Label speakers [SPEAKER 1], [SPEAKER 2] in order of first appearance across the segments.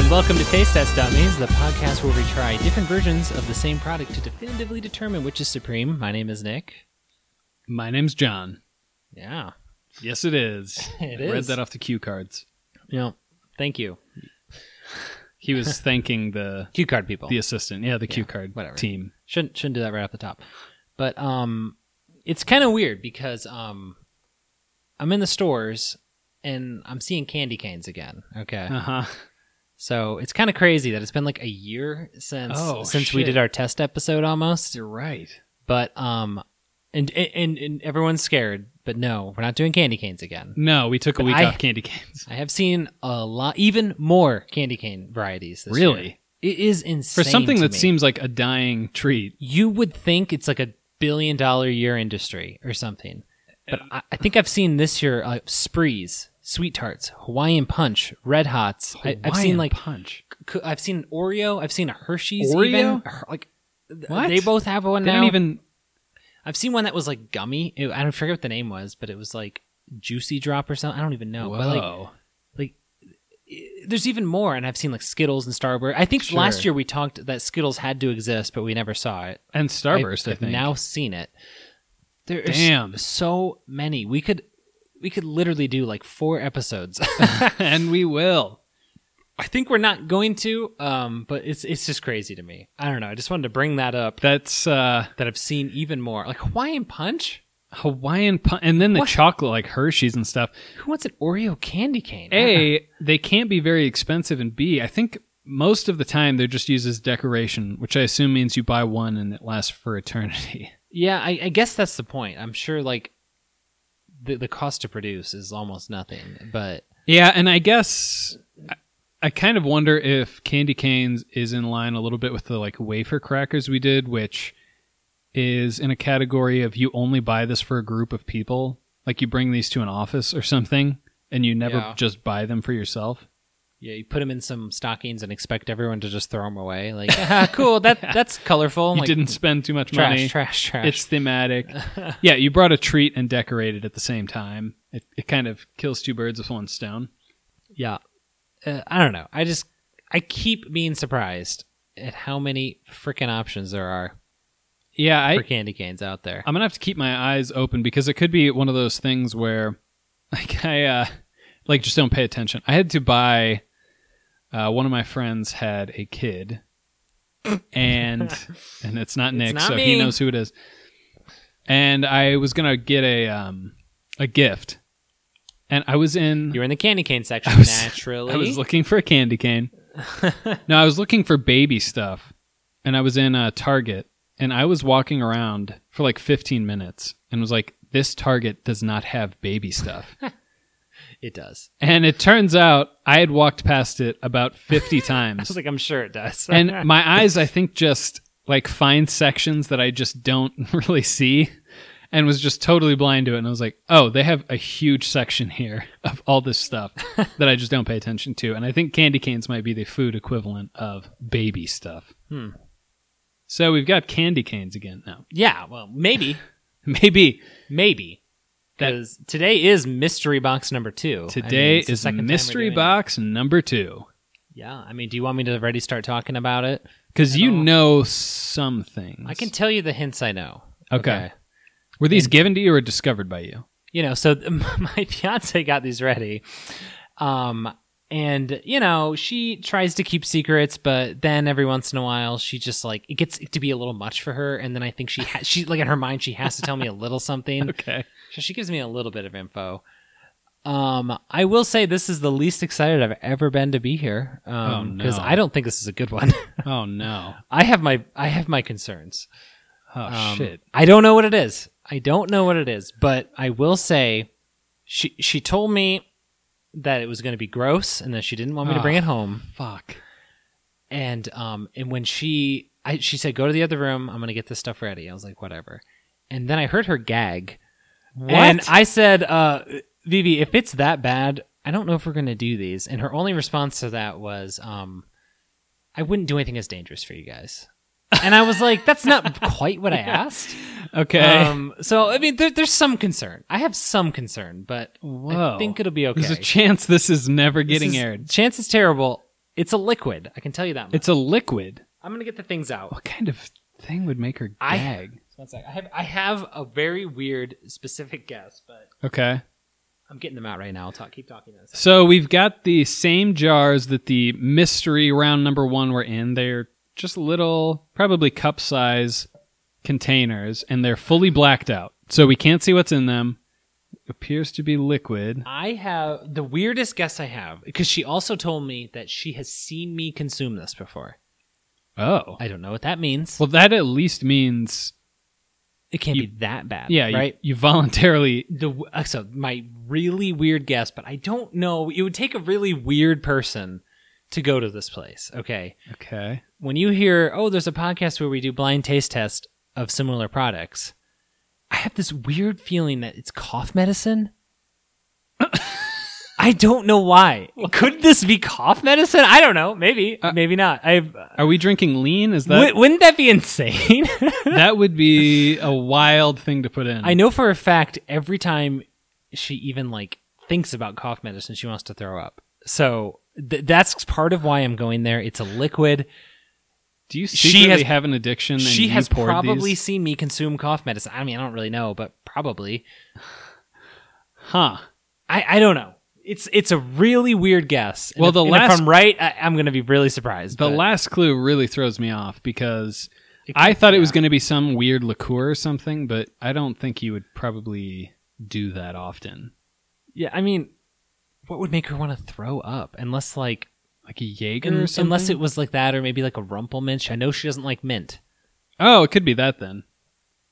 [SPEAKER 1] and welcome to Taste Test.me's, the podcast where we try different versions of the same product to definitively determine which is supreme. My name is Nick.
[SPEAKER 2] My name's John.
[SPEAKER 1] Yeah.
[SPEAKER 2] Yes, it is.
[SPEAKER 1] It
[SPEAKER 2] I read
[SPEAKER 1] is.
[SPEAKER 2] that off the cue cards.
[SPEAKER 1] You know, thank you.
[SPEAKER 2] He was thanking the
[SPEAKER 1] Cue card people.
[SPEAKER 2] the assistant. Yeah, the cue
[SPEAKER 1] Yeah,
[SPEAKER 2] card
[SPEAKER 1] whatever.
[SPEAKER 2] team.
[SPEAKER 1] shouldn't shouldn't do that right off the top. But um it's kind of weird because um I'm in the stores and I'm seeing candy canes again. Okay.
[SPEAKER 2] Uh huh.
[SPEAKER 1] So it's kind of crazy that it's been like a year since
[SPEAKER 2] Oh,
[SPEAKER 1] since we
[SPEAKER 2] shit.
[SPEAKER 1] did our test episode almost.
[SPEAKER 2] You're right.
[SPEAKER 1] But um and and, and everyone's scared, but no, we're not doing candy canes again.
[SPEAKER 2] No, we took a
[SPEAKER 1] But
[SPEAKER 2] week
[SPEAKER 1] I-
[SPEAKER 2] off candy canes.
[SPEAKER 1] I have seen a lot even more candy cane varieties this
[SPEAKER 2] Really?
[SPEAKER 1] year. It is insane.
[SPEAKER 2] For something
[SPEAKER 1] to
[SPEAKER 2] that
[SPEAKER 1] me.
[SPEAKER 2] seems like a dying treat.
[SPEAKER 1] you would think it's like a billion dollar year industry or something. But I, I think I've seen this year uh, sprees, sweet tarts, Hawaiian punch, Red Hots. I, I've
[SPEAKER 2] Hawaiian
[SPEAKER 1] seen like
[SPEAKER 2] punch.
[SPEAKER 1] c- I've seen Oreo. I've seen a Hershey's.
[SPEAKER 2] Oreo?
[SPEAKER 1] even. Her- like th-
[SPEAKER 2] What?
[SPEAKER 1] they both have one
[SPEAKER 2] They
[SPEAKER 1] now.
[SPEAKER 2] don't even
[SPEAKER 1] I've seen one that was like gummy. It- I don't forget what the name was, but it was like Juicy Drop or something. I don't even know. But like
[SPEAKER 2] Whoa.
[SPEAKER 1] i- there's even more, and I've seen like Skittles and Starburst. I think last
[SPEAKER 2] Sure.
[SPEAKER 1] year we talked that Skittles had to exist, but we never saw it.
[SPEAKER 2] and Starburst. I,
[SPEAKER 1] I've
[SPEAKER 2] think
[SPEAKER 1] now seen it. There are
[SPEAKER 2] Damn.
[SPEAKER 1] s- so many. We could we could literally do like four episodes.
[SPEAKER 2] and we will.
[SPEAKER 1] I think we're not going to, um, but it's it's just crazy to me. I don't know. I just wanted to bring that up
[SPEAKER 2] That's uh
[SPEAKER 1] that I've seen even more. Like Hawaiian Punch?
[SPEAKER 2] Hawaiian punch, and then the
[SPEAKER 1] What?
[SPEAKER 2] chocolate like Hershey's and stuff.
[SPEAKER 1] Who wants an Oreo candy cane?
[SPEAKER 2] A, they can't be very expensive, and B, I think most of the time they're just used as decoration, which I assume means you buy one and it lasts for eternity.
[SPEAKER 1] Yeah, I, I guess that's the point. I'm sure like the the cost to produce is almost nothing, but
[SPEAKER 2] Yeah, and I guess I, I kind of wonder if candy canes is in line a little bit with the like wafer crackers we did, which is in a category of you only buy this for a group of people, like you bring these to an office or something, and you never
[SPEAKER 1] Yeah.
[SPEAKER 2] just buy them for yourself.
[SPEAKER 1] Yeah, you put them in some stockings and expect everyone to just throw them away. Like, "Ah, cool, that that's colorful.
[SPEAKER 2] you
[SPEAKER 1] like,
[SPEAKER 2] didn't spend too much
[SPEAKER 1] trash,
[SPEAKER 2] money.
[SPEAKER 1] trash, trash.
[SPEAKER 2] It's thematic. yeah, you brought a treat and decorated at the same time. It, it kind of kills two birds with one stone.
[SPEAKER 1] yeah, uh, I don't know. I just I keep being surprised at how many freaking options there are
[SPEAKER 2] Yeah,
[SPEAKER 1] for
[SPEAKER 2] I, Um,
[SPEAKER 1] candy canes out there.
[SPEAKER 2] I'm gonna have to keep my eyes open because it could be one of those things where, like, I uh, like just don't pay attention. I had to buy. Uh, one of my friends had a kid, and and it's not Nick,
[SPEAKER 1] not
[SPEAKER 2] so
[SPEAKER 1] me.
[SPEAKER 2] he knows who it is. And I was gonna get a um a gift, and I was in
[SPEAKER 1] You're in the candy cane section
[SPEAKER 2] I was-
[SPEAKER 1] naturally.
[SPEAKER 2] I was looking for a candy cane. no, I was looking for baby stuff, and I was in uh, Target, and I was walking around for like 15 minutes, and was like, "This Target does not have baby stuff."
[SPEAKER 1] it does.
[SPEAKER 2] and it turns out I had walked past it about 50
[SPEAKER 1] I was
[SPEAKER 2] times,
[SPEAKER 1] like, I'm sure it does.
[SPEAKER 2] and my eyes, I think, just like find sections that I just don't really see. And was just totally blind to it, and I was like, "Oh, they have a huge section here of all this stuff that I just don't pay attention to." And I think candy canes might be the food equivalent of baby stuff.
[SPEAKER 1] Hmm.
[SPEAKER 2] So we've got candy canes again now.
[SPEAKER 1] yeah, well, maybe,
[SPEAKER 2] Maybe
[SPEAKER 1] maybe.
[SPEAKER 2] That-
[SPEAKER 1] Because today is mystery box number two. I mean,
[SPEAKER 2] today
[SPEAKER 1] it's the
[SPEAKER 2] is
[SPEAKER 1] second time we're
[SPEAKER 2] mystery
[SPEAKER 1] doing it.
[SPEAKER 2] box number two
[SPEAKER 1] Yeah, I mean, do you want me to already start talking about it?
[SPEAKER 2] because
[SPEAKER 1] At
[SPEAKER 2] you
[SPEAKER 1] all.
[SPEAKER 2] know some things.
[SPEAKER 1] I can tell you the hints I know.
[SPEAKER 2] okay. Were these
[SPEAKER 1] And-
[SPEAKER 2] given to you or discovered by you?
[SPEAKER 1] You know, so th- my fiance got these ready. Um and you know, she tries to keep secrets, but then every once in a while she just like it gets to be a little much for her and then I think she ha- she like in her mind she has to tell me a little something.
[SPEAKER 2] Okay.
[SPEAKER 1] So she gives me a little bit of info. Um, I will say this is the least excited I've ever been to be here. Um,
[SPEAKER 2] Oh,
[SPEAKER 1] because
[SPEAKER 2] no.
[SPEAKER 1] I don't think this is a good one.
[SPEAKER 2] Oh no.
[SPEAKER 1] I have my I have my concerns.
[SPEAKER 2] Oh
[SPEAKER 1] Um,
[SPEAKER 2] shit.
[SPEAKER 1] I don't know what it is. I don't know what it is, but I will say she she told me that it was going to be gross and that she didn't want me to bring
[SPEAKER 2] Ah.
[SPEAKER 1] it home.
[SPEAKER 2] Fuck.
[SPEAKER 1] And um and when she I she said go to the other room, I'm going to get this stuff ready. I was like whatever. And then I heard her gag. And
[SPEAKER 2] What?
[SPEAKER 1] I said uh Vivi, if it's that bad, I don't know if we're going to do these. And her only response to that was um I wouldn't do anything as dangerous for you guys. And I was like, that's not quite what I asked.
[SPEAKER 2] okay.
[SPEAKER 1] Um, so I mean, there, there's some concern. I have some concern, but
[SPEAKER 2] Whoa.
[SPEAKER 1] I think it'll be okay.
[SPEAKER 2] There's a chance this is never
[SPEAKER 1] This
[SPEAKER 2] getting
[SPEAKER 1] is-
[SPEAKER 2] aired.
[SPEAKER 1] Chance is terrible. It's a liquid. I can tell you that much.
[SPEAKER 2] It's a liquid.
[SPEAKER 1] I'm gonna get the things out.
[SPEAKER 2] What kind of thing would make her
[SPEAKER 1] I-
[SPEAKER 2] gag?
[SPEAKER 1] One sec. I have I have a very weird specific guess, but
[SPEAKER 2] Okay.
[SPEAKER 1] I'm getting them out right now. I'll talk. Keep talking. This.
[SPEAKER 2] So we've got the same jars that the mystery round number one were in. They're just little, probably cup size containers, and they're fully blacked out. So we can't see what's in them. appears to be liquid.
[SPEAKER 1] I have the weirdest guess I have because she also told me that she has seen me consume this before.
[SPEAKER 2] Oh.
[SPEAKER 1] I don't know what that means.
[SPEAKER 2] Well, that at least means,
[SPEAKER 1] it can't
[SPEAKER 2] you-
[SPEAKER 1] be that bad.
[SPEAKER 2] yeah, you-
[SPEAKER 1] right.
[SPEAKER 2] you, voluntarily.
[SPEAKER 1] the uh, so my really weird guess, but I don't know. It would take a really weird person to go to this place. Okay,
[SPEAKER 2] Okay.
[SPEAKER 1] when you hear, oh, there's a podcast where we do blind taste test of similar products. I have this weird feeling that it's cough medicine. I don't know why. Could this be cough medicine? I don't know. Maybe,
[SPEAKER 2] Uh,
[SPEAKER 1] maybe not. I've.
[SPEAKER 2] Are we drinking lean? Is that
[SPEAKER 1] w- wouldn't that be insane?
[SPEAKER 2] that would be a wild thing to put in?
[SPEAKER 1] I know for a fact every time she even like thinks about cough medicine, she wants to throw up. So th- that's part of why I'm going there. It's a liquid.
[SPEAKER 2] Do you
[SPEAKER 1] She
[SPEAKER 2] secretly
[SPEAKER 1] has-
[SPEAKER 2] have an addiction? And
[SPEAKER 1] she
[SPEAKER 2] you
[SPEAKER 1] has
[SPEAKER 2] poured
[SPEAKER 1] probably
[SPEAKER 2] these?
[SPEAKER 1] seen me consume cough medicine. I mean, I don't really know, but probably.
[SPEAKER 2] huh?
[SPEAKER 1] I I don't know. It's it's a really weird guess. And
[SPEAKER 2] Well,
[SPEAKER 1] if-
[SPEAKER 2] the
[SPEAKER 1] and
[SPEAKER 2] last-
[SPEAKER 1] if I'm right, I, I'm going to be really surprised.
[SPEAKER 2] The
[SPEAKER 1] but
[SPEAKER 2] last clue really throws me off because
[SPEAKER 1] It
[SPEAKER 2] I
[SPEAKER 1] could-
[SPEAKER 2] thought it was
[SPEAKER 1] yeah.
[SPEAKER 2] going to be some weird liqueur or something, but I don't think you would probably do that often.
[SPEAKER 1] yeah, I mean, what would make her want to throw up? Unless like
[SPEAKER 2] Like a Jaeger
[SPEAKER 1] un-
[SPEAKER 2] or something.
[SPEAKER 1] unless it was like that, or maybe like a Rumpelminch. I know she doesn't like mint.
[SPEAKER 2] oh, it could be that then,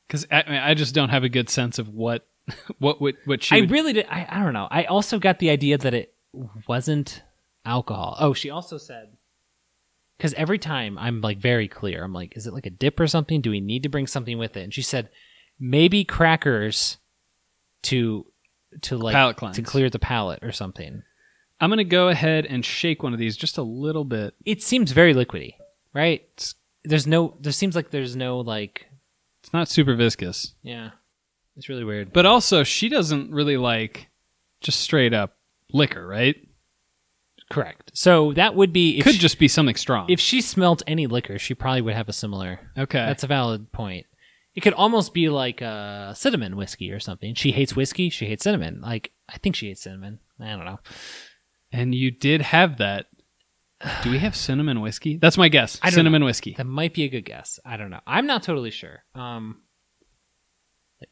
[SPEAKER 2] because I, I mean, I just don't have a good sense of what what would what she.
[SPEAKER 1] I
[SPEAKER 2] would-
[SPEAKER 1] really did. I, I don't know. I also got the idea that it wasn't alcohol. Oh, she also said because every time I'm like very clear. I'm like, is it like a dip or something? Do we need to bring something with it? And she said maybe crackers to to like
[SPEAKER 2] Palate
[SPEAKER 1] to
[SPEAKER 2] cleanse.
[SPEAKER 1] clear the palate or something.
[SPEAKER 2] I'm going to go ahead and shake one of these just a little bit.
[SPEAKER 1] It seems very liquidy, right? It's- There's no. There seems like there's no like.
[SPEAKER 2] It's not super viscous.
[SPEAKER 1] Yeah, it's really weird.
[SPEAKER 2] But also, she doesn't really like just straight up liquor, right?
[SPEAKER 1] Correct. So that would be if
[SPEAKER 2] Could
[SPEAKER 1] she,
[SPEAKER 2] just be something strong.
[SPEAKER 1] if she smelt any liquor, she probably would have a similar
[SPEAKER 2] okay.
[SPEAKER 1] That's a valid point. It could almost be like a cinnamon whiskey or something. She hates whiskey. She hates cinnamon. Like I think she hates cinnamon. I don't know.
[SPEAKER 2] and you did have that. Do we have cinnamon whiskey? That's my guess.
[SPEAKER 1] I don't
[SPEAKER 2] Cinnamon whiskey.
[SPEAKER 1] That might be a good guess. I don't know. I'm not totally sure. Um.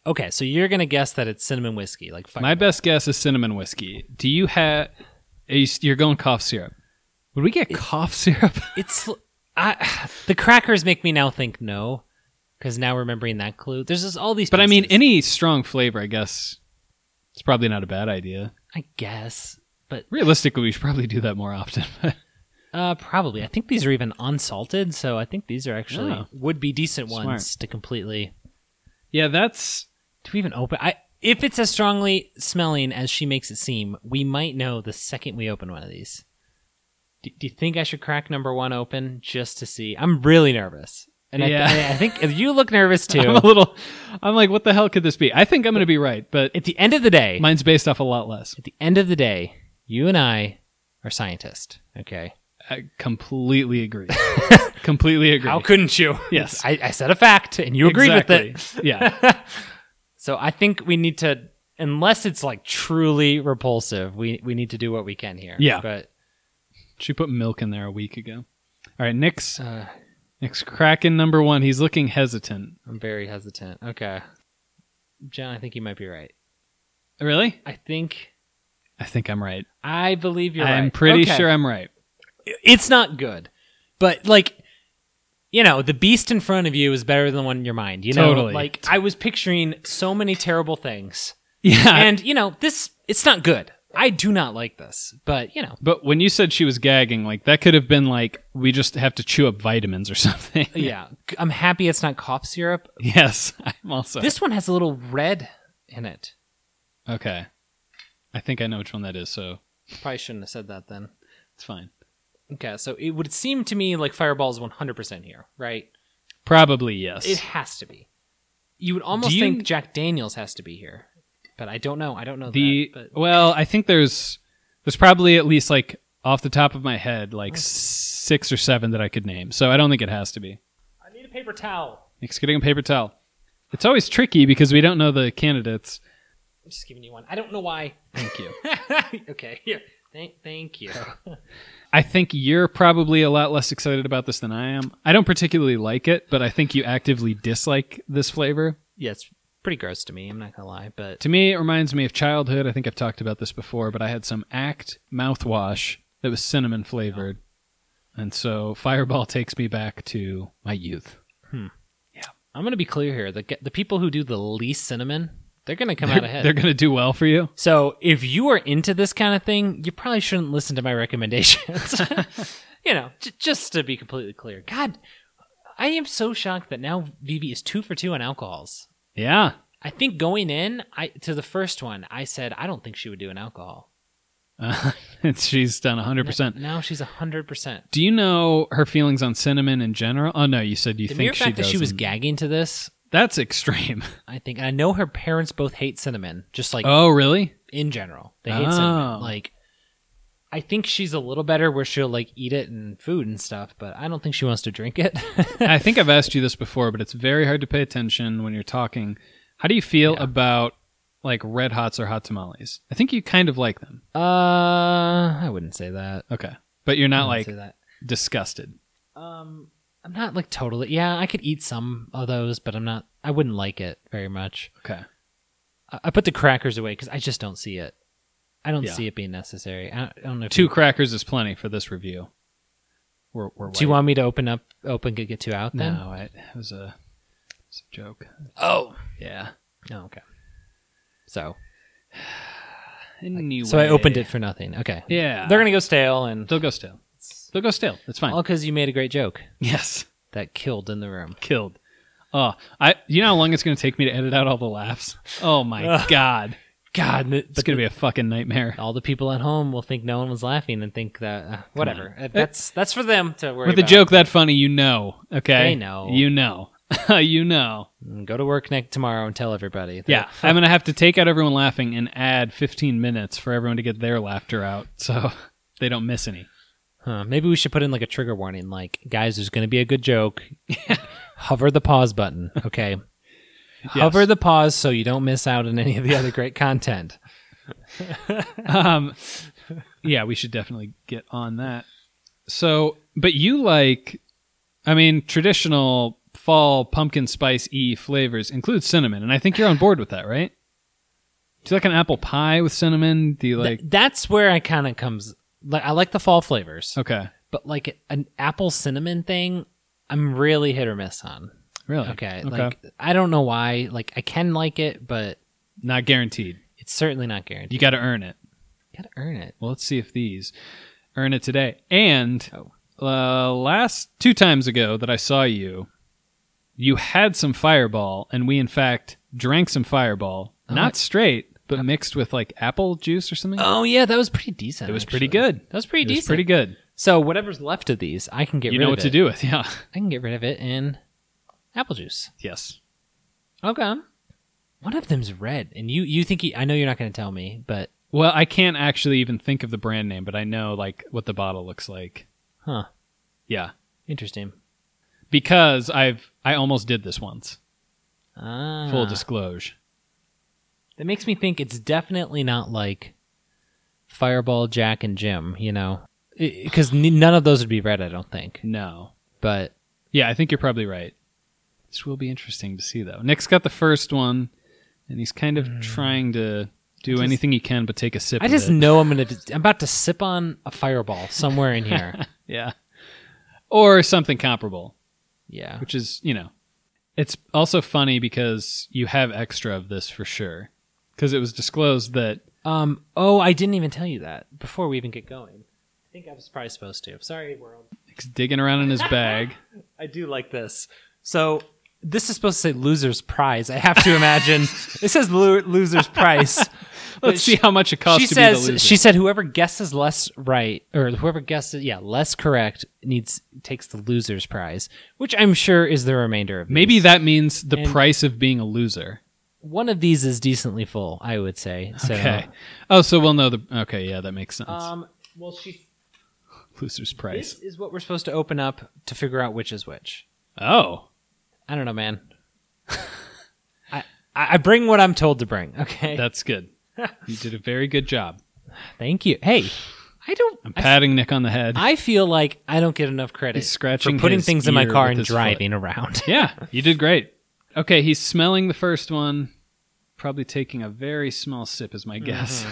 [SPEAKER 1] Okay, so you're gonna guess that it's cinnamon whiskey, like fuck-
[SPEAKER 2] My best guess is cinnamon whiskey. Do you have? You, you're going cough syrup. Would we get cough syrup?
[SPEAKER 1] It's I, the crackers make me now think no, because now remembering that clue, there's just all these.
[SPEAKER 2] but I mean,
[SPEAKER 1] pieces.
[SPEAKER 2] any strong flavor, I guess, it's probably not a bad idea.
[SPEAKER 1] I guess, but
[SPEAKER 2] Realistically, we should probably do that more often.
[SPEAKER 1] Uh, probably. I think these are even unsalted, so I think these are actually
[SPEAKER 2] Oh.
[SPEAKER 1] would be decent
[SPEAKER 2] Smart.
[SPEAKER 1] ones to completely.
[SPEAKER 2] yeah, that's
[SPEAKER 1] Do we even open? I if it's as strongly smelling as she makes it seem, we might know the second we open one of these. Do, do you think I should crack number one open just to see? I'm really nervous, and
[SPEAKER 2] Yeah.
[SPEAKER 1] I, th- I, I think if you look nervous
[SPEAKER 2] I'm a
[SPEAKER 1] too.
[SPEAKER 2] little. I'm like, what the hell could this be? I think I'm going to be right, but
[SPEAKER 1] At the end of the day,
[SPEAKER 2] mine's based off a lot less.
[SPEAKER 1] at the end of the day, you and I are scientists. Okay,
[SPEAKER 2] I completely agree. completely agree.
[SPEAKER 1] how couldn't you?
[SPEAKER 2] Yes.
[SPEAKER 1] I, I said a fact, and you agreed with it.
[SPEAKER 2] Exactly. yeah.
[SPEAKER 1] So I think we need to, unless it's like truly repulsive, we we need to do what we can here.
[SPEAKER 2] Yeah.
[SPEAKER 1] But
[SPEAKER 2] She put milk in there a week ago. All right, Nick's
[SPEAKER 1] uh,
[SPEAKER 2] Nick's Kraken number one. He's looking hesitant.
[SPEAKER 1] I'm very hesitant. Okay. John, I think you might be right.
[SPEAKER 2] Really?
[SPEAKER 1] I think
[SPEAKER 2] I think I'm right.
[SPEAKER 1] I believe you're right.
[SPEAKER 2] I'm pretty
[SPEAKER 1] Okay.
[SPEAKER 2] sure I'm right.
[SPEAKER 1] it's not good, but like. You know, the beast in front of you is better than the one in your mind. You know,
[SPEAKER 2] Totally.
[SPEAKER 1] like I was picturing so many terrible things,
[SPEAKER 2] Yeah.
[SPEAKER 1] and you know, this—it's not good. I do not like this, but you know,
[SPEAKER 2] but when you said she was gagging, like that could have been like we just have to chew up vitamins or something.
[SPEAKER 1] yeah, I'm happy it's not cough syrup,
[SPEAKER 2] yes. I'm also
[SPEAKER 1] This one has a little red in it.
[SPEAKER 2] okay. I think I know which one that is, so
[SPEAKER 1] Probably shouldn't have said that then.
[SPEAKER 2] it's fine.
[SPEAKER 1] Okay, so it would seem to me like Fireball is 100% here, right?
[SPEAKER 2] Probably yes.
[SPEAKER 1] It has to be. You would almost
[SPEAKER 2] Do you-
[SPEAKER 1] think Jack Daniels has to be here, but I don't know. I don't know
[SPEAKER 2] the
[SPEAKER 1] that. But
[SPEAKER 2] well i think there's there's probably at least like off the top of my head like six or seven that I could name. So I don't think it has to be.
[SPEAKER 1] I need a paper towel.
[SPEAKER 2] Nick's getting a paper towel. It's always tricky because we don't know the candidates.
[SPEAKER 1] I'm just giving you one. I don't know why.
[SPEAKER 2] Thank you.
[SPEAKER 1] okay, here. Thank, thank you.
[SPEAKER 2] I think you're probably a lot less excited about this than I am. I don't particularly like it, but I think you actively dislike this flavor.
[SPEAKER 1] yeah, it's pretty gross to me. I'm not gonna lie, but
[SPEAKER 2] To me, it reminds me of childhood. I think I've talked about this before, but I had some Act mouthwash that was cinnamon flavored. And so Fireball takes me back to my youth.
[SPEAKER 1] I'm gonna be clear here. The the people who do the least cinnamon, they're gonna come out
[SPEAKER 2] They're
[SPEAKER 1] ahead.
[SPEAKER 2] going to do well for you.
[SPEAKER 1] So if you are into this kind of thing, you probably shouldn't listen to my recommendations. you know, j- just to be completely clear. God, I am so shocked that now VB is two for two on alcohols.
[SPEAKER 2] Yeah.
[SPEAKER 1] I think going in I, to the first one, I said I don't think she would do an alcohol.
[SPEAKER 2] Uh, she's done 100%.
[SPEAKER 1] Now she's hundred percent.
[SPEAKER 2] Do you know her feelings on cinnamon in general? Oh, no, you said you
[SPEAKER 1] The
[SPEAKER 2] think
[SPEAKER 1] mere fact
[SPEAKER 2] she
[SPEAKER 1] that she was
[SPEAKER 2] doesn't.
[SPEAKER 1] gagging to this,
[SPEAKER 2] That's extreme.
[SPEAKER 1] I think, and I know her parents both hate cinnamon, just like
[SPEAKER 2] Oh, really?
[SPEAKER 1] in general, they hate cinnamon.
[SPEAKER 2] Oh.
[SPEAKER 1] Like, I think she's a little better where she'll like eat it and food and stuff, but I don't think she wants to drink it.
[SPEAKER 2] I think I've asked you this before, but it's very hard to pay attention when you're talking. How do you feel
[SPEAKER 1] Yeah.
[SPEAKER 2] about like red hots or hot tamales? I think you kind of like them.
[SPEAKER 1] uh, I wouldn't say that.
[SPEAKER 2] Okay. But
[SPEAKER 1] I
[SPEAKER 2] you're not
[SPEAKER 1] wouldn't
[SPEAKER 2] like
[SPEAKER 1] say that.
[SPEAKER 2] disgusted.
[SPEAKER 1] Um, I'm not like totally. Yeah, I could eat some of those, but I'm not. I wouldn't like it very much.
[SPEAKER 2] Okay.
[SPEAKER 1] I, I put the crackers away because I just don't see it. I don't
[SPEAKER 2] Yeah.
[SPEAKER 1] see it being necessary. I don't, I don't know. If
[SPEAKER 2] Two
[SPEAKER 1] you-
[SPEAKER 2] crackers is plenty for this review. We're, we're
[SPEAKER 1] do you
[SPEAKER 2] white.
[SPEAKER 1] want me to open up? Open could get two out then.
[SPEAKER 2] No, I, it was a, it's a joke.
[SPEAKER 1] Oh.
[SPEAKER 2] Yeah.
[SPEAKER 1] Oh, okay. So,
[SPEAKER 2] Anyway.
[SPEAKER 1] so I opened it for nothing. Okay.
[SPEAKER 2] Yeah.
[SPEAKER 1] They're gonna go stale, and
[SPEAKER 2] They'll go stale. They'll go stale. It's fine.
[SPEAKER 1] all because you made a great joke
[SPEAKER 2] yes.
[SPEAKER 1] that killed in the room.
[SPEAKER 2] Killed. Oh, I. You know how long it's going to take me to edit out all the laughs? Oh my god.
[SPEAKER 1] God,
[SPEAKER 2] It's going to be a fucking nightmare.
[SPEAKER 1] all the people at home will think no one was laughing and think that uh, whatever. Uh, That's that's for them to worry
[SPEAKER 2] With a
[SPEAKER 1] about.
[SPEAKER 2] joke that funny, you know. Okay.
[SPEAKER 1] They know.
[SPEAKER 2] You know. you know.
[SPEAKER 1] Mm, Go to work next tomorrow and tell everybody. that-
[SPEAKER 2] Yeah, I'm gonna have to take out everyone laughing and add 15 minutes for everyone to get their laughter out, so they don't miss any.
[SPEAKER 1] Huh, maybe we should put in like a trigger warning, like guys, there's going to be a good joke. Hover the pause button, okay? Hover the pause so you don't miss out on any of the other great content.
[SPEAKER 2] Um, yeah, we should definitely get on that. So, but you like, I mean, traditional fall pumpkin spice e flavors include cinnamon, and I think you're on board with that, right? Do you like an apple pie with cinnamon? Do you
[SPEAKER 1] Th-
[SPEAKER 2] like?
[SPEAKER 1] that's where I kind of comes. Like I like the fall flavors,
[SPEAKER 2] okay,
[SPEAKER 1] but like an apple cinnamon thing, I'm really hit or miss on.
[SPEAKER 2] really?
[SPEAKER 1] Okay, like I don't know why. Like I can like it, but
[SPEAKER 2] not guaranteed.
[SPEAKER 1] it's certainly not guaranteed.
[SPEAKER 2] You got to earn it.
[SPEAKER 1] You gotta earn it.
[SPEAKER 2] Well, let's see if these earn it today. And
[SPEAKER 1] Oh.
[SPEAKER 2] uh, last two times ago that I saw you, you had some Fireball, and we in fact drank some Fireball,
[SPEAKER 1] Oh,
[SPEAKER 2] not
[SPEAKER 1] I-
[SPEAKER 2] straight, but mixed with like apple juice or something.
[SPEAKER 1] Oh yeah, that was pretty decent.
[SPEAKER 2] it was pretty
[SPEAKER 1] actually.
[SPEAKER 2] good.
[SPEAKER 1] That was pretty
[SPEAKER 2] It was
[SPEAKER 1] decent.
[SPEAKER 2] pretty good.
[SPEAKER 1] So whatever's left of these, I can get.
[SPEAKER 2] you
[SPEAKER 1] rid
[SPEAKER 2] know
[SPEAKER 1] of
[SPEAKER 2] what
[SPEAKER 1] it.
[SPEAKER 2] to do with, yeah.
[SPEAKER 1] I can get rid of it in apple juice.
[SPEAKER 2] Yes.
[SPEAKER 1] Okay. One of them's red, and you you think he, I know you're not going to tell me, but
[SPEAKER 2] Well, I can't actually even think of the brand name, but I know like what the bottle looks like.
[SPEAKER 1] Huh.
[SPEAKER 2] Yeah,
[SPEAKER 1] interesting.
[SPEAKER 2] because I've I almost did this once.
[SPEAKER 1] Ah,
[SPEAKER 2] Full disclosure.
[SPEAKER 1] that makes me think it's definitely not like Fireball, Jack, and Jim. You know, because n- none of those would be red. I don't think.
[SPEAKER 2] No.
[SPEAKER 1] But
[SPEAKER 2] Yeah, I think you're probably right. This will be interesting to see, though. Nick's got the first one, and he's kind of trying to do
[SPEAKER 1] Hmm. just-
[SPEAKER 2] anything he can, but take a sip.
[SPEAKER 1] I
[SPEAKER 2] of
[SPEAKER 1] just
[SPEAKER 2] it.
[SPEAKER 1] know I'm gonna I'm about to sip on a Fireball somewhere in here.
[SPEAKER 2] yeah, or something comparable,
[SPEAKER 1] yeah.
[SPEAKER 2] which is you know, it's also funny because you have extra of this for sure, because it was disclosed that
[SPEAKER 1] Um. Oh, I didn't even tell you that before we even get going. I think I was probably supposed to. Sorry, world.
[SPEAKER 2] Nick's digging around in his bag.
[SPEAKER 1] I do like this. So this is supposed to say loser's prize. I have to imagine it says lo- loser's prize. But
[SPEAKER 2] Let's see how much it costs
[SPEAKER 1] She
[SPEAKER 2] to be the
[SPEAKER 1] says
[SPEAKER 2] loser.
[SPEAKER 1] she said whoever guesses less right or whoever guesses yeah less correct needs takes the loser's prize, which I'm sure is the remainder of
[SPEAKER 2] Maybe
[SPEAKER 1] these.
[SPEAKER 2] that means the
[SPEAKER 1] And-
[SPEAKER 2] price of being a loser.
[SPEAKER 1] one of these is decently full. I would say so.
[SPEAKER 2] Okay. Oh, so we'll know the. Okay, yeah, that makes sense.
[SPEAKER 1] Um. Well, she
[SPEAKER 2] Loser's
[SPEAKER 1] This
[SPEAKER 2] Prize.
[SPEAKER 1] is what we're supposed to open up to figure out which is which.
[SPEAKER 2] Oh.
[SPEAKER 1] I don't know, man. I I I bring what I'm told to bring. Okay.
[SPEAKER 2] That's good. You did a very good job.
[SPEAKER 1] Thank you. Hey, I don't.
[SPEAKER 2] I'm
[SPEAKER 1] I,
[SPEAKER 2] patting Nick on the head.
[SPEAKER 1] I feel like I don't get enough credit
[SPEAKER 2] He's scratching
[SPEAKER 1] for putting
[SPEAKER 2] his
[SPEAKER 1] things in my
[SPEAKER 2] ear
[SPEAKER 1] car
[SPEAKER 2] with
[SPEAKER 1] and
[SPEAKER 2] his foot.
[SPEAKER 1] driving around.
[SPEAKER 2] yeah, you did great. Okay, he's smelling the first one, probably taking a very small sip, is my guess.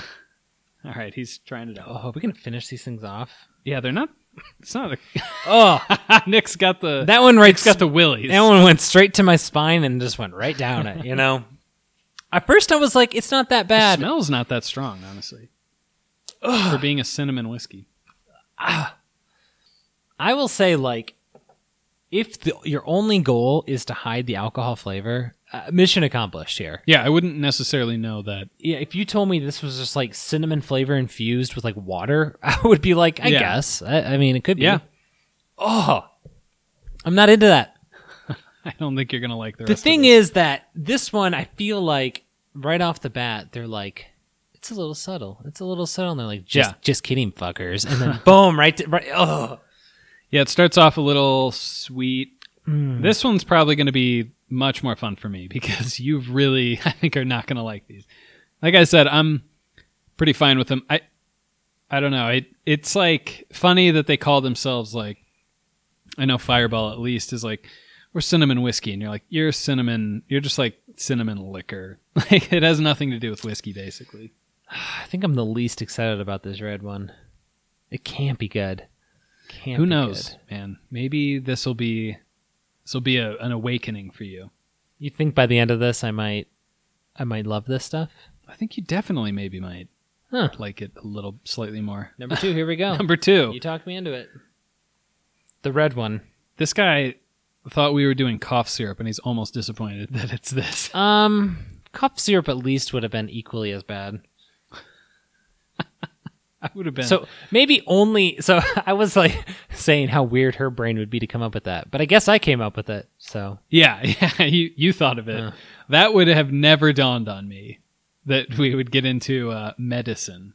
[SPEAKER 2] All right, he's trying it out.
[SPEAKER 1] Mm-hmm. Oh, are we gonna finish these things off?
[SPEAKER 2] Yeah, they're not. It's not a. Oh, Nick's got the.
[SPEAKER 1] That one right.
[SPEAKER 2] Nick's got the willies.
[SPEAKER 1] That one went straight to my spine and just went right down it. You know. At first, I was like, "It's not that
[SPEAKER 2] The
[SPEAKER 1] bad."
[SPEAKER 2] smell's not that strong, honestly, for being a cinnamon whiskey.
[SPEAKER 1] Ah. I will say, like, if the, your only goal is to hide the alcohol flavor, uh, mission accomplished here.
[SPEAKER 2] Yeah, I wouldn't necessarily know that.
[SPEAKER 1] Yeah, if you told me this was just like cinnamon flavor infused with like water, I would be like, I
[SPEAKER 2] Yeah.
[SPEAKER 1] guess. I, I mean, it could be.
[SPEAKER 2] Yeah.
[SPEAKER 1] Oh, I'm not into that.
[SPEAKER 2] I don't think you're gonna like the.
[SPEAKER 1] The
[SPEAKER 2] rest
[SPEAKER 1] thing
[SPEAKER 2] of
[SPEAKER 1] is that this one, I feel like right off the bat, they're like, it's a little subtle. It's a little subtle. And they're like, just,
[SPEAKER 2] Yeah.
[SPEAKER 1] just kidding, fuckers. And then boom, right, to, right. Oh,
[SPEAKER 2] yeah, it starts off a little sweet.
[SPEAKER 1] mm. Hmm.
[SPEAKER 2] This one's probably going to be much more fun for me because you really, I think, are not going to like these. Like I said, I'm pretty fine with them. I, I don't know. It, it's like funny that they call themselves like, I know Fireball at least is like, we're cinnamon whiskey, and you're like, you're cinnamon. You're just like cinnamon liquor. Like it has nothing to do with whiskey, basically.
[SPEAKER 1] I think I'm the least excited about this red one. It can't be good. Can't
[SPEAKER 2] Who
[SPEAKER 1] be
[SPEAKER 2] knows,
[SPEAKER 1] good.
[SPEAKER 2] man? Maybe this will be, this will be a, an awakening for you.
[SPEAKER 1] You think by the end of this, I might, I might love this stuff.
[SPEAKER 2] I think you definitely maybe might
[SPEAKER 1] Huh.
[SPEAKER 2] like it a little slightly more.
[SPEAKER 1] Number two, here we go.
[SPEAKER 2] Number two,
[SPEAKER 1] You talked me into it. The red one.
[SPEAKER 2] this guy thought we were doing cough syrup, and he's almost disappointed that it's this.
[SPEAKER 1] Um, cough syrup at least would have been equally as bad.
[SPEAKER 2] I would have been
[SPEAKER 1] So maybe only. So I was like saying how weird her brain would be to come up with that, but I guess I came up with it. So
[SPEAKER 2] Yeah, yeah. You you thought of it.
[SPEAKER 1] Uh.
[SPEAKER 2] That would have never dawned on me that we would get into uh, medicine.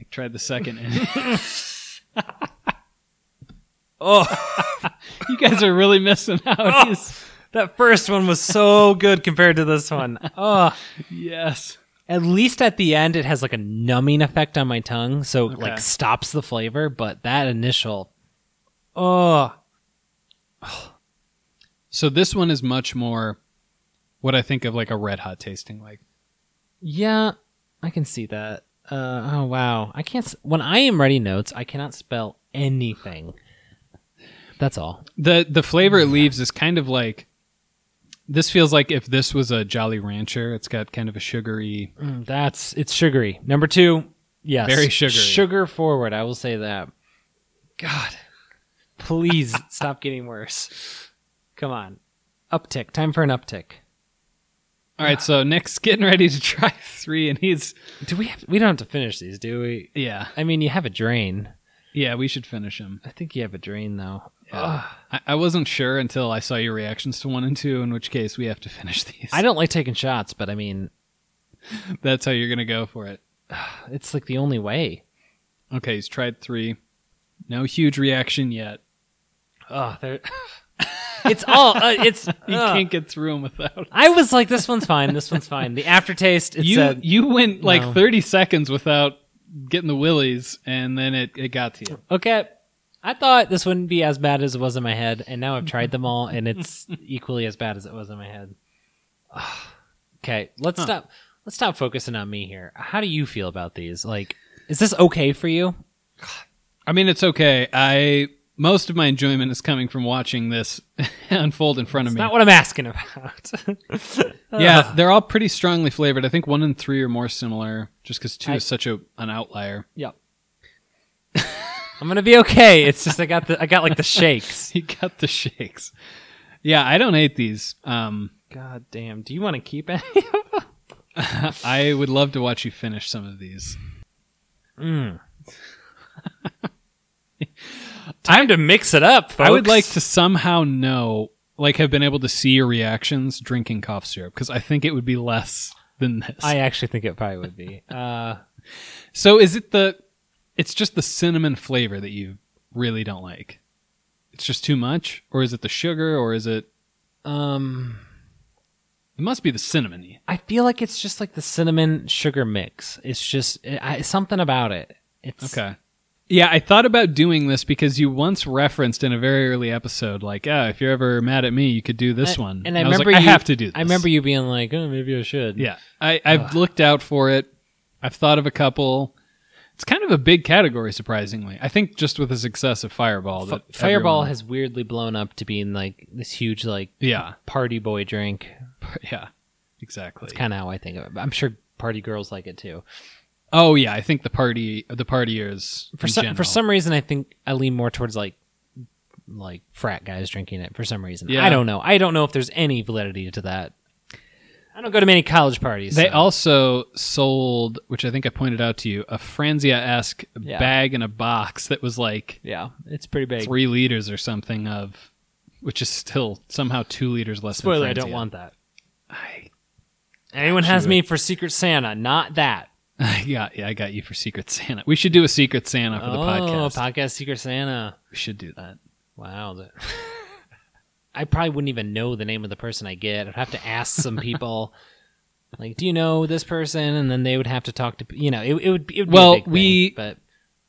[SPEAKER 2] I tried the second. And
[SPEAKER 1] oh,
[SPEAKER 2] you guys are really missing out. He's-
[SPEAKER 1] that first one was so good compared to this one. Oh,
[SPEAKER 2] yes.
[SPEAKER 1] at least at the end it has like a numbing effect on my tongue, so it
[SPEAKER 2] Okay.
[SPEAKER 1] like stops the flavor. But that initial, oh,
[SPEAKER 2] So this one is much more what I think of like a red hot tasting like.
[SPEAKER 1] Yeah, I can see that. Uh, oh wow, I can't. s- When I am writing notes, I cannot spell anything. That's all.
[SPEAKER 2] the the flavor it leaves is kind of like this feels like if this was a Jolly Rancher. It's got kind of a sugary.
[SPEAKER 1] Mm, that's it's sugary. Number two, yes,
[SPEAKER 2] Very sugary.
[SPEAKER 1] sugar forward. I will say that. God, please stop getting worse. Come on, uptick. Time for an uptick.
[SPEAKER 2] All right, so Nick's getting ready to try three, and he's
[SPEAKER 1] Do we have? We don't have to finish these, do we?
[SPEAKER 2] yeah
[SPEAKER 1] I mean, you have a drain.
[SPEAKER 2] yeah. We should finish him.
[SPEAKER 1] I think you have a drain though.
[SPEAKER 2] Yeah.
[SPEAKER 1] Ugh.
[SPEAKER 2] I, I wasn't sure until I saw your reactions to one and two, in which case we have to finish these.
[SPEAKER 1] I don't like taking shots, but I mean,
[SPEAKER 2] That's how you're gonna go for it.
[SPEAKER 1] it's like the only way.
[SPEAKER 2] Okay, he's tried three. No huge reaction yet.
[SPEAKER 1] Oh, they're. it's all. Uh, it's.
[SPEAKER 2] You
[SPEAKER 1] ugh.
[SPEAKER 2] can't get through him without.
[SPEAKER 1] I was like, this one's fine. This one's fine. The aftertaste. It's
[SPEAKER 2] you
[SPEAKER 1] a-
[SPEAKER 2] you went like
[SPEAKER 1] no.
[SPEAKER 2] 30 seconds without getting the willies, and then it, it got to you.
[SPEAKER 1] okay. I thought this wouldn't be as bad as it was in my head, and now I've tried them all, and it's equally as bad as it was in my head. Ugh. okay, let's
[SPEAKER 2] Huh.
[SPEAKER 1] stop. Let's stop focusing on me here. How do you feel about these? Like, is this okay for you?
[SPEAKER 2] I mean, it's okay. I most of my enjoyment is coming from watching this unfold in front of
[SPEAKER 1] It's
[SPEAKER 2] me.
[SPEAKER 1] not what I'm asking about.
[SPEAKER 2] yeah, they're all pretty strongly flavored. I think one and three are more similar, just because two
[SPEAKER 1] I-
[SPEAKER 2] is such a an outlier.
[SPEAKER 1] Yep. I'm gonna be okay. It's just I got the I got like the shakes.
[SPEAKER 2] He got the shakes. Yeah, I don't hate these. Um,
[SPEAKER 1] God damn. Do you want to keep it?
[SPEAKER 2] I would love to watch you finish some of these.
[SPEAKER 1] Mm. Time to mix it up, folks.
[SPEAKER 2] I would like to somehow know, like, have been able to see your reactions drinking cough syrup because I think it would be less than this.
[SPEAKER 1] I actually think it probably would be. Uh,
[SPEAKER 2] so is it the? It's just the cinnamon flavor that you really don't like? It's just too much, or is it the sugar, or is it?
[SPEAKER 1] Um,
[SPEAKER 2] It must be the cinnamony.
[SPEAKER 1] I feel like it's just like the cinnamon sugar mix. It's just I, something about it. It's
[SPEAKER 2] Okay. Yeah, I thought about doing this because you once referenced in a very early episode, like, "Ah, if you're ever mad at me, you could do this
[SPEAKER 1] I-
[SPEAKER 2] one."
[SPEAKER 1] And I,
[SPEAKER 2] was
[SPEAKER 1] remember
[SPEAKER 2] like,
[SPEAKER 1] you,
[SPEAKER 2] I have to do. This.
[SPEAKER 1] I remember you being like, oh, maybe I should.
[SPEAKER 2] Yeah, I, I've looked out for it. I've thought of a couple. It's kind of a big category, surprisingly. I think just with the success of Fireball,
[SPEAKER 1] F-
[SPEAKER 2] that
[SPEAKER 1] Fireball
[SPEAKER 2] everyone-
[SPEAKER 1] has weirdly blown up to being like this huge like
[SPEAKER 2] yeah,
[SPEAKER 1] party boy drink.
[SPEAKER 2] yeah, exactly.
[SPEAKER 1] Kind of how I think of it. But I'm sure party girls like it too.
[SPEAKER 2] oh yeah, I think the party, the partiers
[SPEAKER 1] For
[SPEAKER 2] in
[SPEAKER 1] some, for
[SPEAKER 2] general.
[SPEAKER 1] some reason, I think I lean more towards like like frat guys drinking it. For some reason,
[SPEAKER 2] Yeah.
[SPEAKER 1] I don't know. I don't know if there's any validity to that. I don't go to many college parties.
[SPEAKER 2] They
[SPEAKER 1] so-
[SPEAKER 2] also sold, which I think I pointed out to you, a Franzia esque
[SPEAKER 1] Yeah.
[SPEAKER 2] bag in a box that was like
[SPEAKER 1] yeah, it's pretty big.
[SPEAKER 2] three liters or something of, which is still somehow two liters less.
[SPEAKER 1] Spoiler:
[SPEAKER 2] than
[SPEAKER 1] I don't
[SPEAKER 2] Franzia.
[SPEAKER 1] want that.
[SPEAKER 2] I,
[SPEAKER 1] Anyone
[SPEAKER 2] Actually,
[SPEAKER 1] has
[SPEAKER 2] would-
[SPEAKER 1] me for Secret Santa, not that.
[SPEAKER 2] I got, yeah, I got you for Secret Santa. We should do a Secret Santa for the
[SPEAKER 1] oh,
[SPEAKER 2] podcast.
[SPEAKER 1] podcast Secret Santa.
[SPEAKER 2] We should do that.
[SPEAKER 1] Wow. the- I probably wouldn't even know the name of the person I get. I'd have to ask some people, like, do you know this person? And then they would have to talk to, you know, it, it would, be- it would
[SPEAKER 2] Well,
[SPEAKER 1] be a big thing,
[SPEAKER 2] we-
[SPEAKER 1] but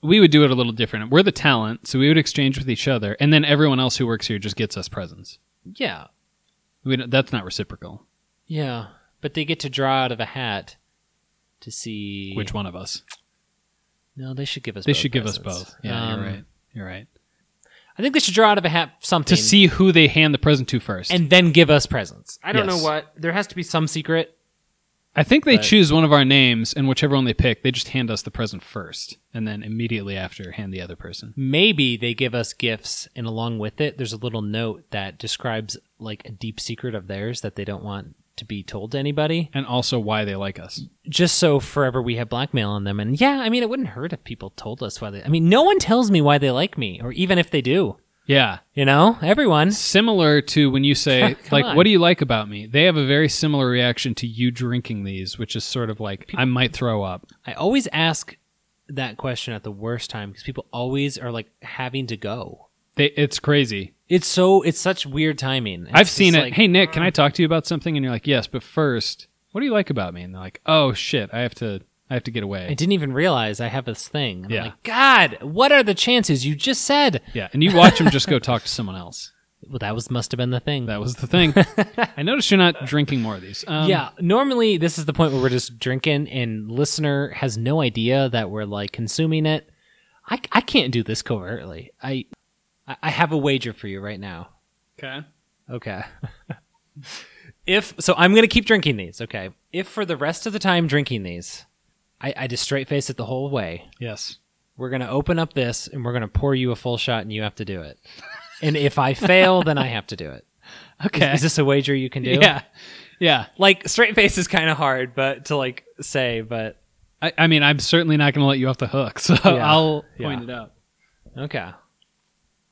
[SPEAKER 2] We would do it a little different. We're the talent, so we would exchange with each other, and then everyone else who works here just gets us presents.
[SPEAKER 1] yeah,
[SPEAKER 2] We don't, that's not reciprocal.
[SPEAKER 1] yeah. But they get to draw out of a hat to see
[SPEAKER 2] Which one of us?
[SPEAKER 1] No, they should give us.
[SPEAKER 2] They
[SPEAKER 1] both
[SPEAKER 2] should give us
[SPEAKER 1] presents.
[SPEAKER 2] both. Yeah,
[SPEAKER 1] Um,
[SPEAKER 2] you're right. You're right.
[SPEAKER 1] I think they should draw out of a hat
[SPEAKER 2] To
[SPEAKER 1] something
[SPEAKER 2] see who they hand the present to first.
[SPEAKER 1] and then give us presents. I don't
[SPEAKER 2] Yes.
[SPEAKER 1] know what. There has to be some secret.
[SPEAKER 2] I think they
[SPEAKER 1] But-
[SPEAKER 2] choose one of our names, and whichever one they pick, they just hand us the present first, and then immediately after, hand the other person.
[SPEAKER 1] maybe they give us gifts and along with it there's a little note that describes like a deep secret of theirs that they don't want to be told to anybody
[SPEAKER 2] And also why they like us.
[SPEAKER 1] just so forever we have blackmail on them and yeah i mean it wouldn't hurt if people told us why they i mean no one tells me why they like me or even if they do
[SPEAKER 2] Yeah.
[SPEAKER 1] you know everyone
[SPEAKER 2] Similar to when you say,
[SPEAKER 1] Come
[SPEAKER 2] like,
[SPEAKER 1] on.
[SPEAKER 2] what do you like about me? They have a very similar reaction to you drinking these, which is sort of like, I might throw up.
[SPEAKER 1] i always ask that question at the worst time because people always are like having to go
[SPEAKER 2] They, it's crazy.
[SPEAKER 1] it's so it's such weird timing It's
[SPEAKER 2] I've seen
[SPEAKER 1] just
[SPEAKER 2] it.
[SPEAKER 1] like-
[SPEAKER 2] hey, Nick, can I talk to you about something? And you're like, yes, but first, what do you like about me? And they're like, oh, shit, I have to. I have to get away.
[SPEAKER 1] I didn't even realize I have this thing. And I'm
[SPEAKER 2] Yeah.
[SPEAKER 1] like, God, what are the chances? You just said.
[SPEAKER 2] Yeah, and you watch them just go talk to someone else.
[SPEAKER 1] Well, that was must have been the thing.
[SPEAKER 2] That was the thing. I noticed you're not drinking more of these. Um,
[SPEAKER 1] yeah. Normally, this is the point where we're just drinking, and listener has no idea that we're like consuming it. I, I can't do this covertly. I I- I have a wager for you right now.
[SPEAKER 2] Okay.
[SPEAKER 1] Okay. if so, I'm gonna keep drinking these. Okay. If for the rest of the time drinking these, I, I just straight face it the whole way.
[SPEAKER 2] Yes.
[SPEAKER 1] we're going to open up this and we're going to pour you a full shot and you have to do it. And if I fail, then I have to do it.
[SPEAKER 2] Okay.
[SPEAKER 1] Is this a wager you can do?
[SPEAKER 2] yeah. Yeah.
[SPEAKER 1] Like straight face is kind of hard, but to like say, but
[SPEAKER 2] I, I mean, I'm certainly not going to let you off the hook, so
[SPEAKER 1] Yeah.
[SPEAKER 2] I'll
[SPEAKER 1] Yeah.
[SPEAKER 2] point it out.
[SPEAKER 1] okay.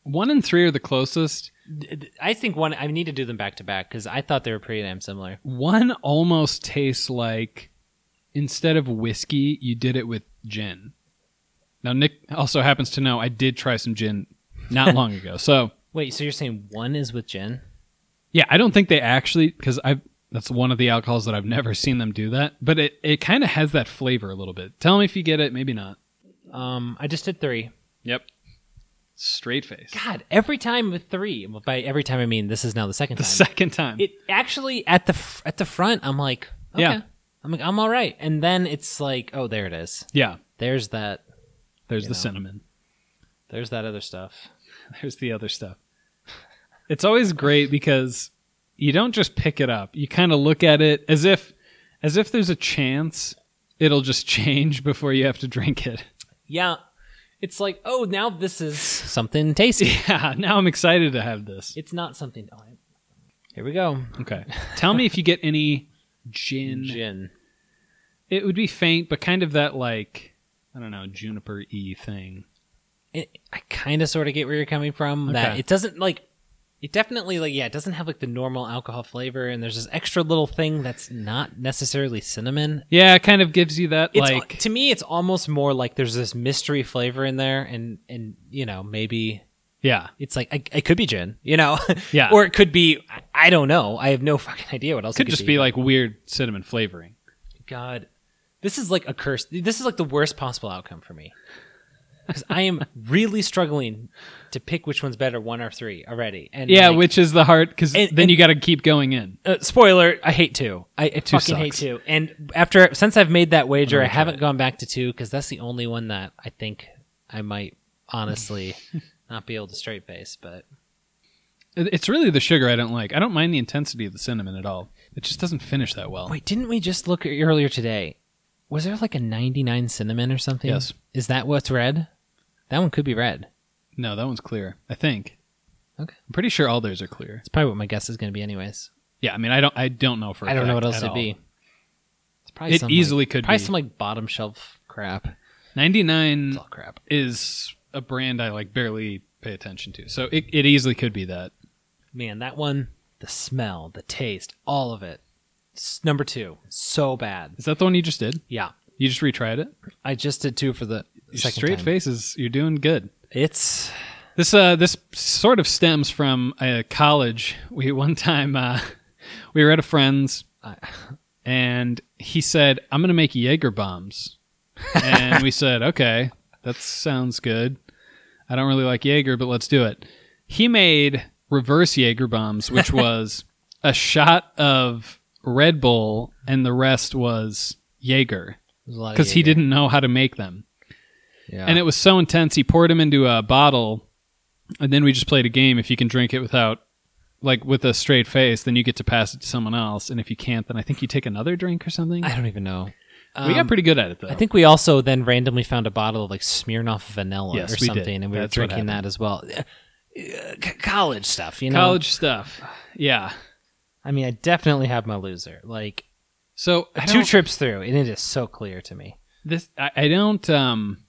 [SPEAKER 2] One and three are the closest.
[SPEAKER 1] D- d- I think one, I need to do them back to back because I thought they were pretty damn similar.
[SPEAKER 2] One almost tastes like instead of whiskey, you did it with gin. Now, Nick also happens to know I did try some gin not long ago. So,
[SPEAKER 1] Wait, so you're saying one is with gin?
[SPEAKER 2] yeah, I don't think they actually, because I've. That's one of the alcohols that I've never seen them do that, but it, it kind of has that flavor a little bit. Tell me if you get it, maybe not.
[SPEAKER 1] Um, I just did three.
[SPEAKER 2] Yep. Straight face.
[SPEAKER 1] God, every time with three. Well, By every time I mean this is now the second
[SPEAKER 2] The
[SPEAKER 1] time.
[SPEAKER 2] second time.
[SPEAKER 1] it actually at the f- at the front, I'm like, okay.
[SPEAKER 2] Yeah.
[SPEAKER 1] I'm like, I'm all right. And then it's like, oh, there it is.
[SPEAKER 2] yeah.
[SPEAKER 1] There's that
[SPEAKER 2] There's
[SPEAKER 1] You
[SPEAKER 2] the
[SPEAKER 1] know.
[SPEAKER 2] cinnamon.
[SPEAKER 1] There's that other stuff.
[SPEAKER 2] There's the other stuff. It's always great because you don't just pick it up. You kind of look at it as if as if there's a chance it'll just change before you have to drink it.
[SPEAKER 1] Yeah. It's like, oh, now this is something tasty.
[SPEAKER 2] Yeah, now I'm excited to have this.
[SPEAKER 1] it's not something. Oh, I- here we go.
[SPEAKER 2] Okay. Tell me if you get any gin.
[SPEAKER 1] Gin.
[SPEAKER 2] It would be faint, but kind of that like I don't know, juniper y thing.
[SPEAKER 1] It, I kind of sort of get where you're coming from. That
[SPEAKER 2] Okay.
[SPEAKER 1] it doesn't like. It definitely like yeah, it doesn't have like the normal alcohol flavor, and there's this extra little thing that's not necessarily cinnamon.
[SPEAKER 2] Yeah, it kind of gives you that
[SPEAKER 1] It's, uh,
[SPEAKER 2] like
[SPEAKER 1] to me, it's almost more like there's this mystery flavor in there, and and you know maybe
[SPEAKER 2] yeah,
[SPEAKER 1] it's like I, it could be gin, you know,
[SPEAKER 2] Yeah.
[SPEAKER 1] or it could be I- I don't know. I have no fucking idea what else.
[SPEAKER 2] could
[SPEAKER 1] it
[SPEAKER 2] just be like weird cinnamon flavoring.
[SPEAKER 1] God, this is like a curse. This is like the worst possible outcome for me. Because I am really struggling to pick which one's better, one or three already. And
[SPEAKER 2] Yeah,
[SPEAKER 1] like,
[SPEAKER 2] which is the hard because then
[SPEAKER 1] And- and-
[SPEAKER 2] you got to keep going in.
[SPEAKER 1] uh, spoiler, I hate two. I, I
[SPEAKER 2] Two
[SPEAKER 1] fucking hate
[SPEAKER 2] sucks.
[SPEAKER 1] two. And after since I've made that wager, I
[SPEAKER 2] gonna try
[SPEAKER 1] haven't gone back to two because that's the only one that I think I might honestly not be able to straight face. But
[SPEAKER 2] It- It's really the sugar I don't like. I don't mind the intensity of the cinnamon at all. It just doesn't finish that well.
[SPEAKER 1] wait, didn't we just look earlier today? Was there like a ninety nine cinnamon or something?
[SPEAKER 2] Yes.
[SPEAKER 1] Is that what's red? That one could be red.
[SPEAKER 2] No, that one's clear. I think.
[SPEAKER 1] Okay.
[SPEAKER 2] I'm pretty sure all theirs are clear.
[SPEAKER 1] It's probably what my guess is going to be, anyways.
[SPEAKER 2] Yeah, I mean, I don't, I don't know for. I
[SPEAKER 1] I don't know what else it'd be. It's probably
[SPEAKER 2] It
[SPEAKER 1] some,
[SPEAKER 2] easily
[SPEAKER 1] like,
[SPEAKER 2] could
[SPEAKER 1] probably
[SPEAKER 2] be.
[SPEAKER 1] some like bottom shelf crap.
[SPEAKER 2] Ninety nine
[SPEAKER 1] It's all crap.
[SPEAKER 2] is a brand I like barely pay attention to, so it, it easily could be that.
[SPEAKER 1] Man, that one, the smell, the taste, all of it. S- number two, so bad.
[SPEAKER 2] Is that the one you just did?
[SPEAKER 1] Yeah,
[SPEAKER 2] You just retried it.
[SPEAKER 1] I just did two for the
[SPEAKER 2] Your
[SPEAKER 1] second
[SPEAKER 2] straight
[SPEAKER 1] time.
[SPEAKER 2] faces. You're doing good.
[SPEAKER 1] It's
[SPEAKER 2] This uh, this sort of stems from uh, college. We one time uh, we were at a friend's,
[SPEAKER 1] I-
[SPEAKER 2] and he said, "I'm going to make Jaeger bombs," and we said, "Okay, that sounds good." I don't really like Jaeger, but let's do it. He made reverse Jaeger bombs, which was a shot of Red Bull, and the rest was Jaeger because he didn't know how to make them.
[SPEAKER 1] Yeah.
[SPEAKER 2] And it was so intense. He poured them into a bottle, and then we just played a game. If you can drink it without, like, with a straight face, then you get to pass it to someone else. And if you can't, then I think you take another drink or something.
[SPEAKER 1] I don't even know.
[SPEAKER 2] we got
[SPEAKER 1] Um,
[SPEAKER 2] pretty good at it, though.
[SPEAKER 1] I think we also then randomly found a bottle of like Smirnoff vanilla
[SPEAKER 2] Yes,
[SPEAKER 1] or
[SPEAKER 2] we did.
[SPEAKER 1] something, and we
[SPEAKER 2] That's
[SPEAKER 1] were
[SPEAKER 2] what
[SPEAKER 1] drinking that as well. Uh, uh, c- college stuff, you know.
[SPEAKER 2] college stuff. Yeah.
[SPEAKER 1] I mean, I definitely have my loser. Like
[SPEAKER 2] So I
[SPEAKER 1] two
[SPEAKER 2] don't,
[SPEAKER 1] trips through, and it is so clear to me.
[SPEAKER 2] this I, I don't um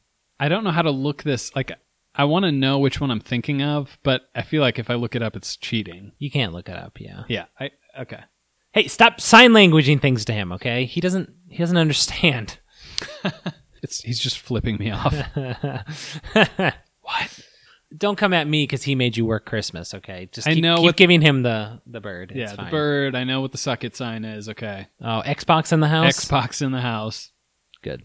[SPEAKER 2] I don't know how to look this like I want to know which one I'm thinking of, but I feel like if I look it up, it's cheating.
[SPEAKER 1] You can't look it up, yeah.
[SPEAKER 2] Yeah. I okay.
[SPEAKER 1] Hey, stop sign languaging things to him, okay? He doesn't he doesn't understand.
[SPEAKER 2] It's he's just flipping me off.
[SPEAKER 1] what? Don't come at me because he made you work Christmas, okay? Just
[SPEAKER 2] I
[SPEAKER 1] keep,
[SPEAKER 2] know
[SPEAKER 1] keep
[SPEAKER 2] what-
[SPEAKER 1] giving him the the bird. It's
[SPEAKER 2] yeah, the
[SPEAKER 1] fine.
[SPEAKER 2] bird. I know what the suck it sign is. Okay.
[SPEAKER 1] Oh, Xbox in the house.
[SPEAKER 2] Xbox in the house.
[SPEAKER 1] Good.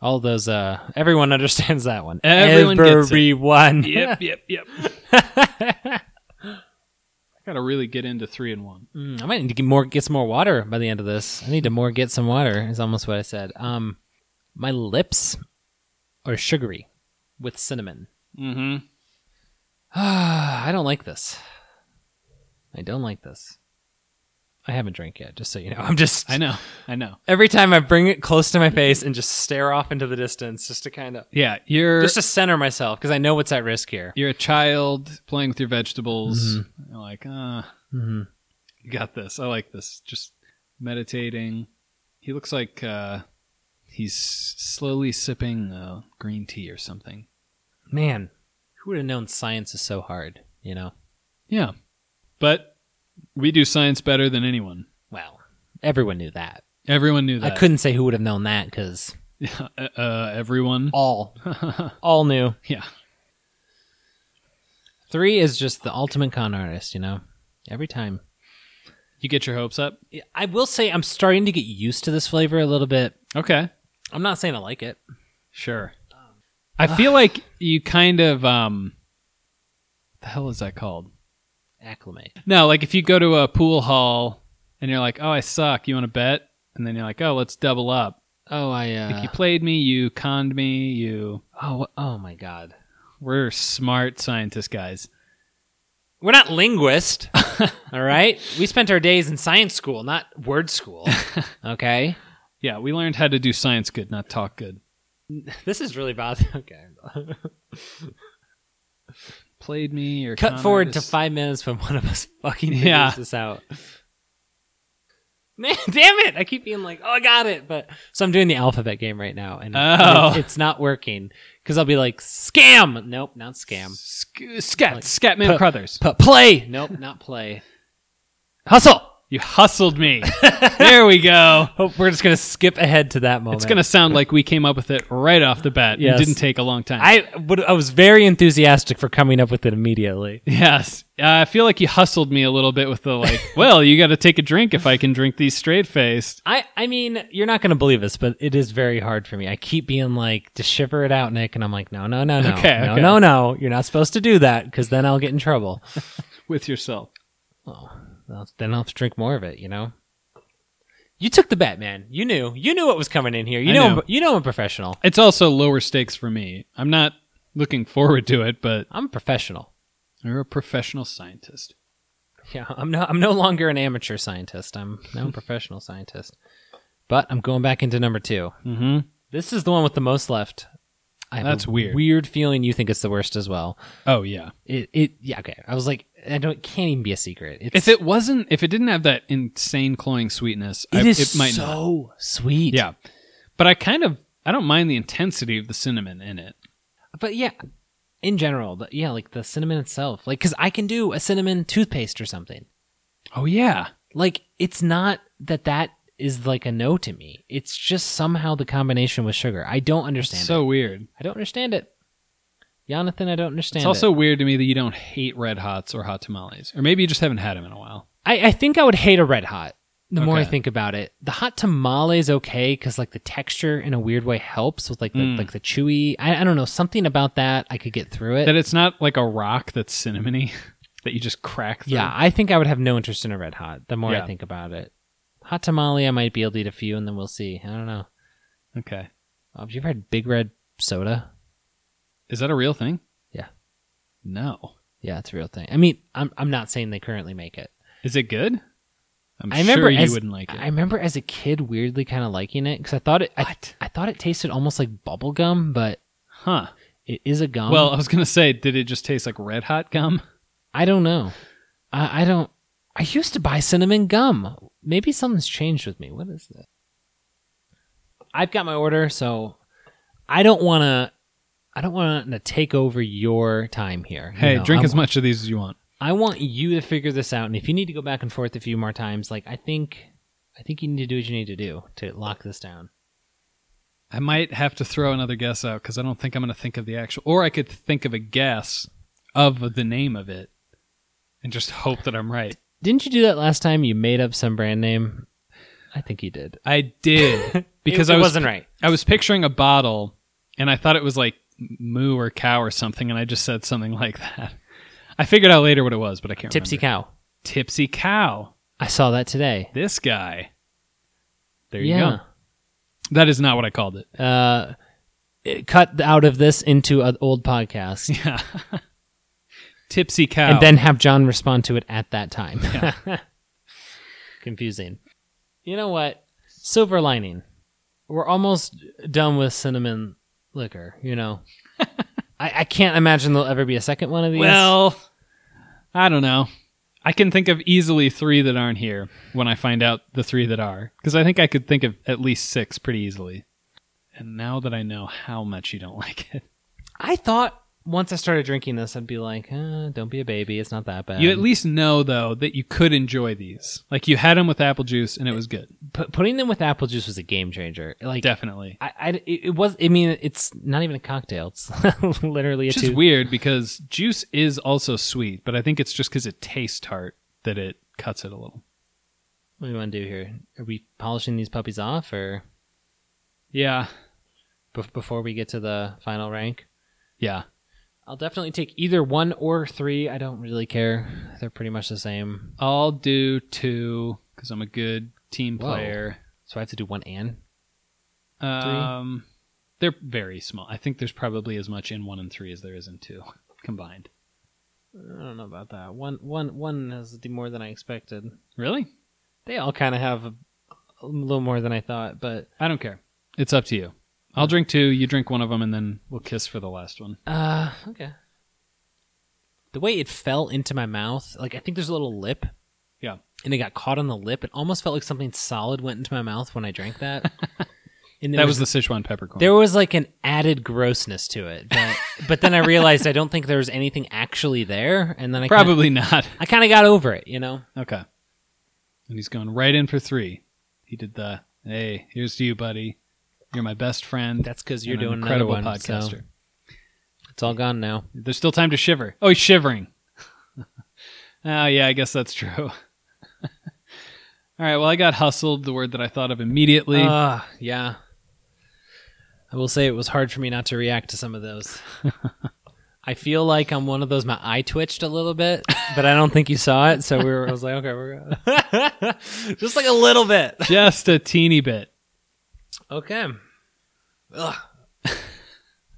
[SPEAKER 1] All those. uh Everyone understands that one.
[SPEAKER 2] Everyone gets it.
[SPEAKER 1] Everyone.
[SPEAKER 2] yep, yep. I gotta really get into three and one.
[SPEAKER 1] Mm, I might need to get more get some more water by the end of this. I need to more get some water. Is almost what I said. Um, my lips are sugary with cinnamon.
[SPEAKER 2] Mm-hmm.
[SPEAKER 1] I don't like this. I don't like this. I haven't drank yet, just so you know. I'm just
[SPEAKER 2] I know, I know.
[SPEAKER 1] every time I bring it close to my face and just stare off into the distance, just to kind of
[SPEAKER 2] Yeah, you're
[SPEAKER 1] just to center myself because I know what's at risk here.
[SPEAKER 2] you're a child playing with your vegetables.
[SPEAKER 1] Mm-hmm.
[SPEAKER 2] You're like, uh,
[SPEAKER 1] Mhm.
[SPEAKER 2] you got this. I like this. Just meditating. He looks like uh, he's slowly sipping uh, green tea or something.
[SPEAKER 1] Man, who would have known science is so hard? You know.
[SPEAKER 2] Yeah, but we do science better than anyone.
[SPEAKER 1] Well, everyone knew that.
[SPEAKER 2] Everyone knew
[SPEAKER 1] I
[SPEAKER 2] that.
[SPEAKER 1] couldn't say who would have known that because
[SPEAKER 2] uh, everyone.
[SPEAKER 1] all, all new.
[SPEAKER 2] yeah.
[SPEAKER 1] Three is just the ultimate con artist, you know. Every time,
[SPEAKER 2] You get your hopes up.
[SPEAKER 1] I will say I'm starting to get used to this flavor a little bit.
[SPEAKER 2] Okay.
[SPEAKER 1] I'm not saying I like it.
[SPEAKER 2] Sure. I feel like you kind of um the hell is that called?
[SPEAKER 1] Acclimate.
[SPEAKER 2] No, like if you go to a pool hall and you're like, "Oh, I suck. You want to bet?" And then you're like, "Oh, let's double up."
[SPEAKER 1] Oh, I. Uh,
[SPEAKER 2] like you played me, you conned me, you
[SPEAKER 1] oh, wha- oh my God.
[SPEAKER 2] we're smart scientist guys.
[SPEAKER 1] We're not linguists, all right. We spent our days in science school, not word school. Okay.
[SPEAKER 2] Yeah, we learned how to do science good, not talk good.
[SPEAKER 1] This is really bothering. Okay.
[SPEAKER 2] Played me or
[SPEAKER 1] Cut
[SPEAKER 2] con
[SPEAKER 1] forward to
[SPEAKER 2] artist.
[SPEAKER 1] five minutes when one of us fucking figures
[SPEAKER 2] Yeah.
[SPEAKER 1] this out. Man, damn it! I keep being like, "Oh, I got it," but so I'm doing the alphabet game right now, and
[SPEAKER 2] Oh.
[SPEAKER 1] it's, it's not working because I'll be like scam. Nope, not scam.
[SPEAKER 2] Sc- scat,
[SPEAKER 1] Like,
[SPEAKER 2] Scatman
[SPEAKER 1] puh.
[SPEAKER 2] Crothers.
[SPEAKER 1] P- play. Nope, not play. Hustle.
[SPEAKER 2] You hustled me. there we go.
[SPEAKER 1] Hope we're just gonna skip ahead to that moment.
[SPEAKER 2] It's going to sound like we came up with it right off the bat.
[SPEAKER 1] Yes.
[SPEAKER 2] It didn't take a long time.
[SPEAKER 1] I would. I was very enthusiastic for coming up with it immediately.
[SPEAKER 2] yes. Uh, I feel like you hustled me a little bit with the like, well, you got to take a drink if I can drink these straight faced.
[SPEAKER 1] I. I mean, you're not gonna believe this, but it is very hard for me. I keep being like to shiver it out, Nick, and I'm like, no, no, no, no,
[SPEAKER 2] Okay,
[SPEAKER 1] no,
[SPEAKER 2] okay.
[SPEAKER 1] no, no. You're not supposed to do that because then I'll get in trouble.
[SPEAKER 2] with yourself.
[SPEAKER 1] Well, then I'll have to drink more of it. You know. You took the bet, man. You knew. You knew what was coming in here. You
[SPEAKER 2] I
[SPEAKER 1] know.
[SPEAKER 2] knew.
[SPEAKER 1] I'm- you know I'm professional.
[SPEAKER 2] It's also lower stakes for me. I'm not looking forward to it, but
[SPEAKER 1] I'm a professional.
[SPEAKER 2] you're a professional scientist.
[SPEAKER 1] Yeah, I'm no. I'm no longer an amateur scientist. I'm now a professional scientist. But I'm going back into number two.
[SPEAKER 2] Mm-hmm.
[SPEAKER 1] This is the one with the most left. I have
[SPEAKER 2] That's
[SPEAKER 1] a
[SPEAKER 2] weird.
[SPEAKER 1] Weird feeling you think it's the worst as well.
[SPEAKER 2] Oh yeah.
[SPEAKER 1] It, it yeah okay. I was like, I don't. It can't even be a secret. It's,
[SPEAKER 2] If it wasn't, if it didn't have that insane cloying sweetness,
[SPEAKER 1] it
[SPEAKER 2] I,
[SPEAKER 1] is
[SPEAKER 2] it might not.
[SPEAKER 1] so sweet.
[SPEAKER 2] Yeah, but I kind of I don't mind the intensity of the cinnamon in it.
[SPEAKER 1] but yeah, in general, the, yeah, like the cinnamon itself, like because I can do a cinnamon toothpaste or something.
[SPEAKER 2] Oh yeah,
[SPEAKER 1] Like it's not that that is like a no to me. It's just somehow the combination with sugar. I don't understand. it.
[SPEAKER 2] so weird.
[SPEAKER 1] I don't understand it. Jonathan, I don't understand.
[SPEAKER 2] It's
[SPEAKER 1] it.
[SPEAKER 2] also weird to me that you don't hate red hots or hot tamales, or maybe you just haven't had them in a while.
[SPEAKER 1] I, I think I would hate a red hot. The more I
[SPEAKER 2] Okay.
[SPEAKER 1] think about it, the hot tamale is okay because like the texture in a weird way helps with like the
[SPEAKER 2] Mm.
[SPEAKER 1] like the chewy. I, I don't know something about that. I could get through it.
[SPEAKER 2] That it's not like a rock that's cinnamony that you just crack. Through.
[SPEAKER 1] yeah, I think I would have no interest in a red hot. The more I
[SPEAKER 2] Yeah.
[SPEAKER 1] think about it, hot tamale I might be able to eat a few and then we'll see. I don't know.
[SPEAKER 2] Okay.
[SPEAKER 1] Have you ever had Big Red soda?
[SPEAKER 2] Is that a real thing?
[SPEAKER 1] Yeah.
[SPEAKER 2] No.
[SPEAKER 1] Yeah, it's a real thing. I mean, I'm I'm not saying they currently make it.
[SPEAKER 2] Is it good? I'm
[SPEAKER 1] I remember
[SPEAKER 2] sure you
[SPEAKER 1] as-
[SPEAKER 2] wouldn't like it.
[SPEAKER 1] I remember as a kid weirdly kind of liking it because I thought it I,
[SPEAKER 2] What?
[SPEAKER 1] I thought it tasted almost like bubble gum, but
[SPEAKER 2] huh.
[SPEAKER 1] it is a gum.
[SPEAKER 2] well, I was gonna say, did it just taste like red hot gum?
[SPEAKER 1] I don't know. I, I don't. I used to buy cinnamon gum. Maybe something's changed with me. What is this? I've got my order, so I don't want to. I don't want to take over your time here. You
[SPEAKER 2] Hey,
[SPEAKER 1] know,
[SPEAKER 2] drink
[SPEAKER 1] I,
[SPEAKER 2] as much of these as you want.
[SPEAKER 1] I want you to figure this out, and if you need to go back and forth a few more times, like I think, I think you need to do what you need to do to lock this down.
[SPEAKER 2] I might have to throw another guess out because I don't think I'm going to think of the actual. Or I could think of a guess of the name of it and just hope that I'm right.
[SPEAKER 1] Didn't you do that last time? You made up some brand name. I think you did
[SPEAKER 2] I did because
[SPEAKER 1] It-
[SPEAKER 2] I
[SPEAKER 1] it
[SPEAKER 2] was
[SPEAKER 1] wasn't right.
[SPEAKER 2] I was picturing a bottle and I thought it was like moo or cow or something, and I just said something like that. I figured out later what it was, but I can't
[SPEAKER 1] Tipsy
[SPEAKER 2] remember.
[SPEAKER 1] cow.
[SPEAKER 2] Tipsy cow.
[SPEAKER 1] I saw that today.
[SPEAKER 2] This guy. There you
[SPEAKER 1] yeah.
[SPEAKER 2] go. That is not what I called it.
[SPEAKER 1] uh, cut out of this into an old podcast
[SPEAKER 2] Yeah. Tipsy cow.
[SPEAKER 1] and then have John respond to it at that time. Confusing. You know what? Silver lining. We're almost done with cinnamon liquor, you know. I, I can't imagine there'll ever be a second one of these.
[SPEAKER 2] Well, I don't know. I can think of easily three that aren't here when I find out the three that are, because I think I could think of at least six pretty easily. And now that I know how much you don't like it,
[SPEAKER 1] I thought once I started drinking this, I'd be like, uh, don't be a baby. It's not that bad.
[SPEAKER 2] you at least know though that you could enjoy these. Like you had them with apple juice, and it was good.
[SPEAKER 1] Pu- putting them with apple juice was a game changer. Like,
[SPEAKER 2] Definitely.
[SPEAKER 1] I, I- it it was. I mean, it's not even a cocktail. It's literally a
[SPEAKER 2] Which is
[SPEAKER 1] two.
[SPEAKER 2] weird because juice is also sweet, but I think it's just because it tastes tart that it cuts it a little.
[SPEAKER 1] What do we want to do here? Are we polishing these puppies off, or
[SPEAKER 2] Yeah.
[SPEAKER 1] bef- before we get to the final rank?
[SPEAKER 2] Yeah.
[SPEAKER 1] I'll definitely take either one or three. I don't really care. They're pretty much the same.
[SPEAKER 2] I'll do two because I'm a good team
[SPEAKER 1] Whoa.
[SPEAKER 2] player.
[SPEAKER 1] So I have to do one and.
[SPEAKER 2] Um, they're very small. I think there's probably as much in one and three as there is in two combined.
[SPEAKER 1] I don't know about that. One one one has to do more than I expected.
[SPEAKER 2] Really?
[SPEAKER 1] They all kind of have a, a little more than I thought, but
[SPEAKER 2] I don't care. It's up to you. I'll drink two. You drink one of them, and then we'll kiss for the last one.
[SPEAKER 1] uh, okay. The way it fell into my mouth, like I think there's a little lip.
[SPEAKER 2] Yeah.
[SPEAKER 1] And it got caught on the lip. It almost felt like something solid went into my mouth when I drank that. And there
[SPEAKER 2] That was the Sichuan peppercorn.
[SPEAKER 1] there was like an added grossness to it, but, but then I realized I don't think there was anything actually there, and then I kinda-
[SPEAKER 2] Probably not.
[SPEAKER 1] I kind of got over it, you know.
[SPEAKER 2] Okay. And he's going right in for three. He did the hey, here's to you, buddy. You're my best friend.
[SPEAKER 1] That's because you're
[SPEAKER 2] and an
[SPEAKER 1] doing another
[SPEAKER 2] incredible
[SPEAKER 1] one. Podcaster.
[SPEAKER 2] podcaster.
[SPEAKER 1] it's all gone now.
[SPEAKER 2] There's still time to shiver. Oh, he's shivering. oh, yeah, I guess that's true. All right, well, I got hustled, the word that I thought of immediately.
[SPEAKER 1] Ah, yeah. I will say it was hard for me not to react to some of those. I feel like I'm one of those. My eye twitched a little bit, but I don't think you saw it. So we were. I was like, okay, we're good. just like a little bit.
[SPEAKER 2] Just a teeny bit.
[SPEAKER 1] Okay. Ugh.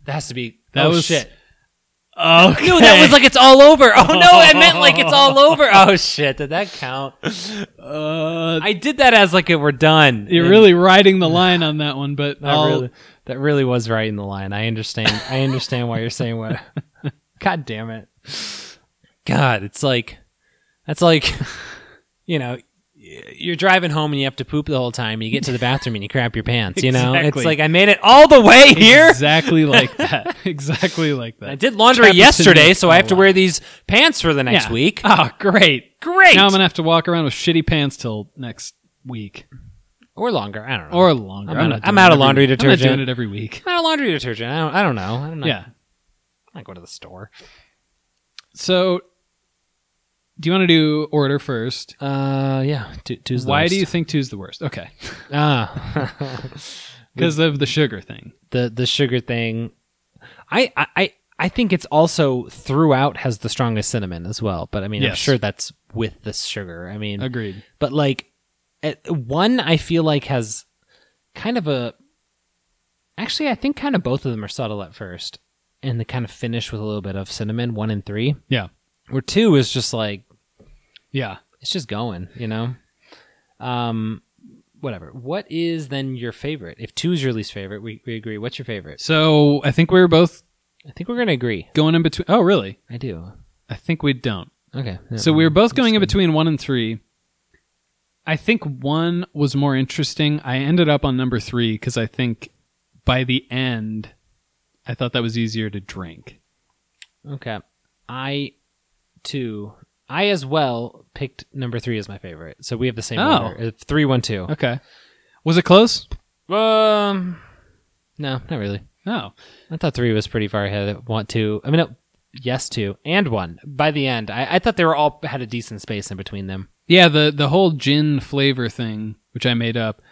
[SPEAKER 1] That has to be.
[SPEAKER 2] That
[SPEAKER 1] oh,
[SPEAKER 2] was-
[SPEAKER 1] shit.
[SPEAKER 2] Oh,
[SPEAKER 1] No, that was like it's all over. Oh no, I meant like it's all over. Oh shit, did that count?
[SPEAKER 2] Uh,
[SPEAKER 1] I did that as like it we're done.
[SPEAKER 2] you're
[SPEAKER 1] And-
[SPEAKER 2] really riding the line on that one, but
[SPEAKER 1] That
[SPEAKER 2] I'll-
[SPEAKER 1] really, that really was right in the line. I understand. I understand why you're saying what. God damn it. God, it's like that's like you know you're driving home and you have to poop the whole time. You get to the bathroom and you crap your pants. You know,
[SPEAKER 2] Exactly.
[SPEAKER 1] it's like I made it all the way here.
[SPEAKER 2] exactly like that. exactly like that.
[SPEAKER 1] I did laundry
[SPEAKER 2] Trapped in
[SPEAKER 1] yesterday,
[SPEAKER 2] the
[SPEAKER 1] so I have to
[SPEAKER 2] collar.
[SPEAKER 1] wear these pants for the next
[SPEAKER 2] Yeah.
[SPEAKER 1] week.
[SPEAKER 2] Oh, great.
[SPEAKER 1] Great,
[SPEAKER 2] Now I'm gonna have to walk around with shitty pants till next week
[SPEAKER 1] or longer. I don't know.
[SPEAKER 2] or longer.
[SPEAKER 1] I'm
[SPEAKER 2] not
[SPEAKER 1] out-
[SPEAKER 2] doing
[SPEAKER 1] I'm
[SPEAKER 2] it
[SPEAKER 1] out of
[SPEAKER 2] every-
[SPEAKER 1] laundry
[SPEAKER 2] I'm not
[SPEAKER 1] detergent.
[SPEAKER 2] doing it every week.
[SPEAKER 1] I'm out of laundry detergent. I don't. I don't know. I don't know.
[SPEAKER 2] Yeah.
[SPEAKER 1] I go to the store.
[SPEAKER 2] So, do you want to do order first?
[SPEAKER 1] Uh, yeah. Tu- Tuesday.
[SPEAKER 2] Why do you think two's the worst? Okay,
[SPEAKER 1] Ah,
[SPEAKER 2] because of the sugar thing.
[SPEAKER 1] the the sugar thing. I I- I I think it's also throughout has the strongest cinnamon as well. But I mean, I'm
[SPEAKER 2] Yes.
[SPEAKER 1] sure that's with the sugar. I mean,
[SPEAKER 2] Agreed.
[SPEAKER 1] but like at, one, I feel like has kind of a. Actually, I think kind of both of them are subtle at first, and they kind of finish with a little bit of cinnamon. One and three.
[SPEAKER 2] Yeah.
[SPEAKER 1] Where two is just like
[SPEAKER 2] Yeah.
[SPEAKER 1] it's just going, you know. Um, whatever. What is then your favorite? If two is your least favorite, we, we agree. What's your favorite?
[SPEAKER 2] So I think we were both
[SPEAKER 1] I think we're gonna agree.
[SPEAKER 2] going in between. Oh, really?
[SPEAKER 1] I do.
[SPEAKER 2] I think we don't.
[SPEAKER 1] Okay.
[SPEAKER 2] So we were both going in between one and three. I think one was more interesting. I ended up on number three because I think by the end, I thought that was easier to drink.
[SPEAKER 1] Okay. I too. I as well picked number three as my favorite. So we have the same
[SPEAKER 2] Oh.
[SPEAKER 1] order. Uh, Three, one, two.
[SPEAKER 2] Okay. Was it close?
[SPEAKER 1] Um, no, not really.
[SPEAKER 2] No.
[SPEAKER 1] I thought three was pretty far ahead. of Want two? I mean, no, yes, two and one. By the end, I, I thought they were all had a decent space in between them.
[SPEAKER 2] Yeah, the the whole gin flavor thing, which I made up,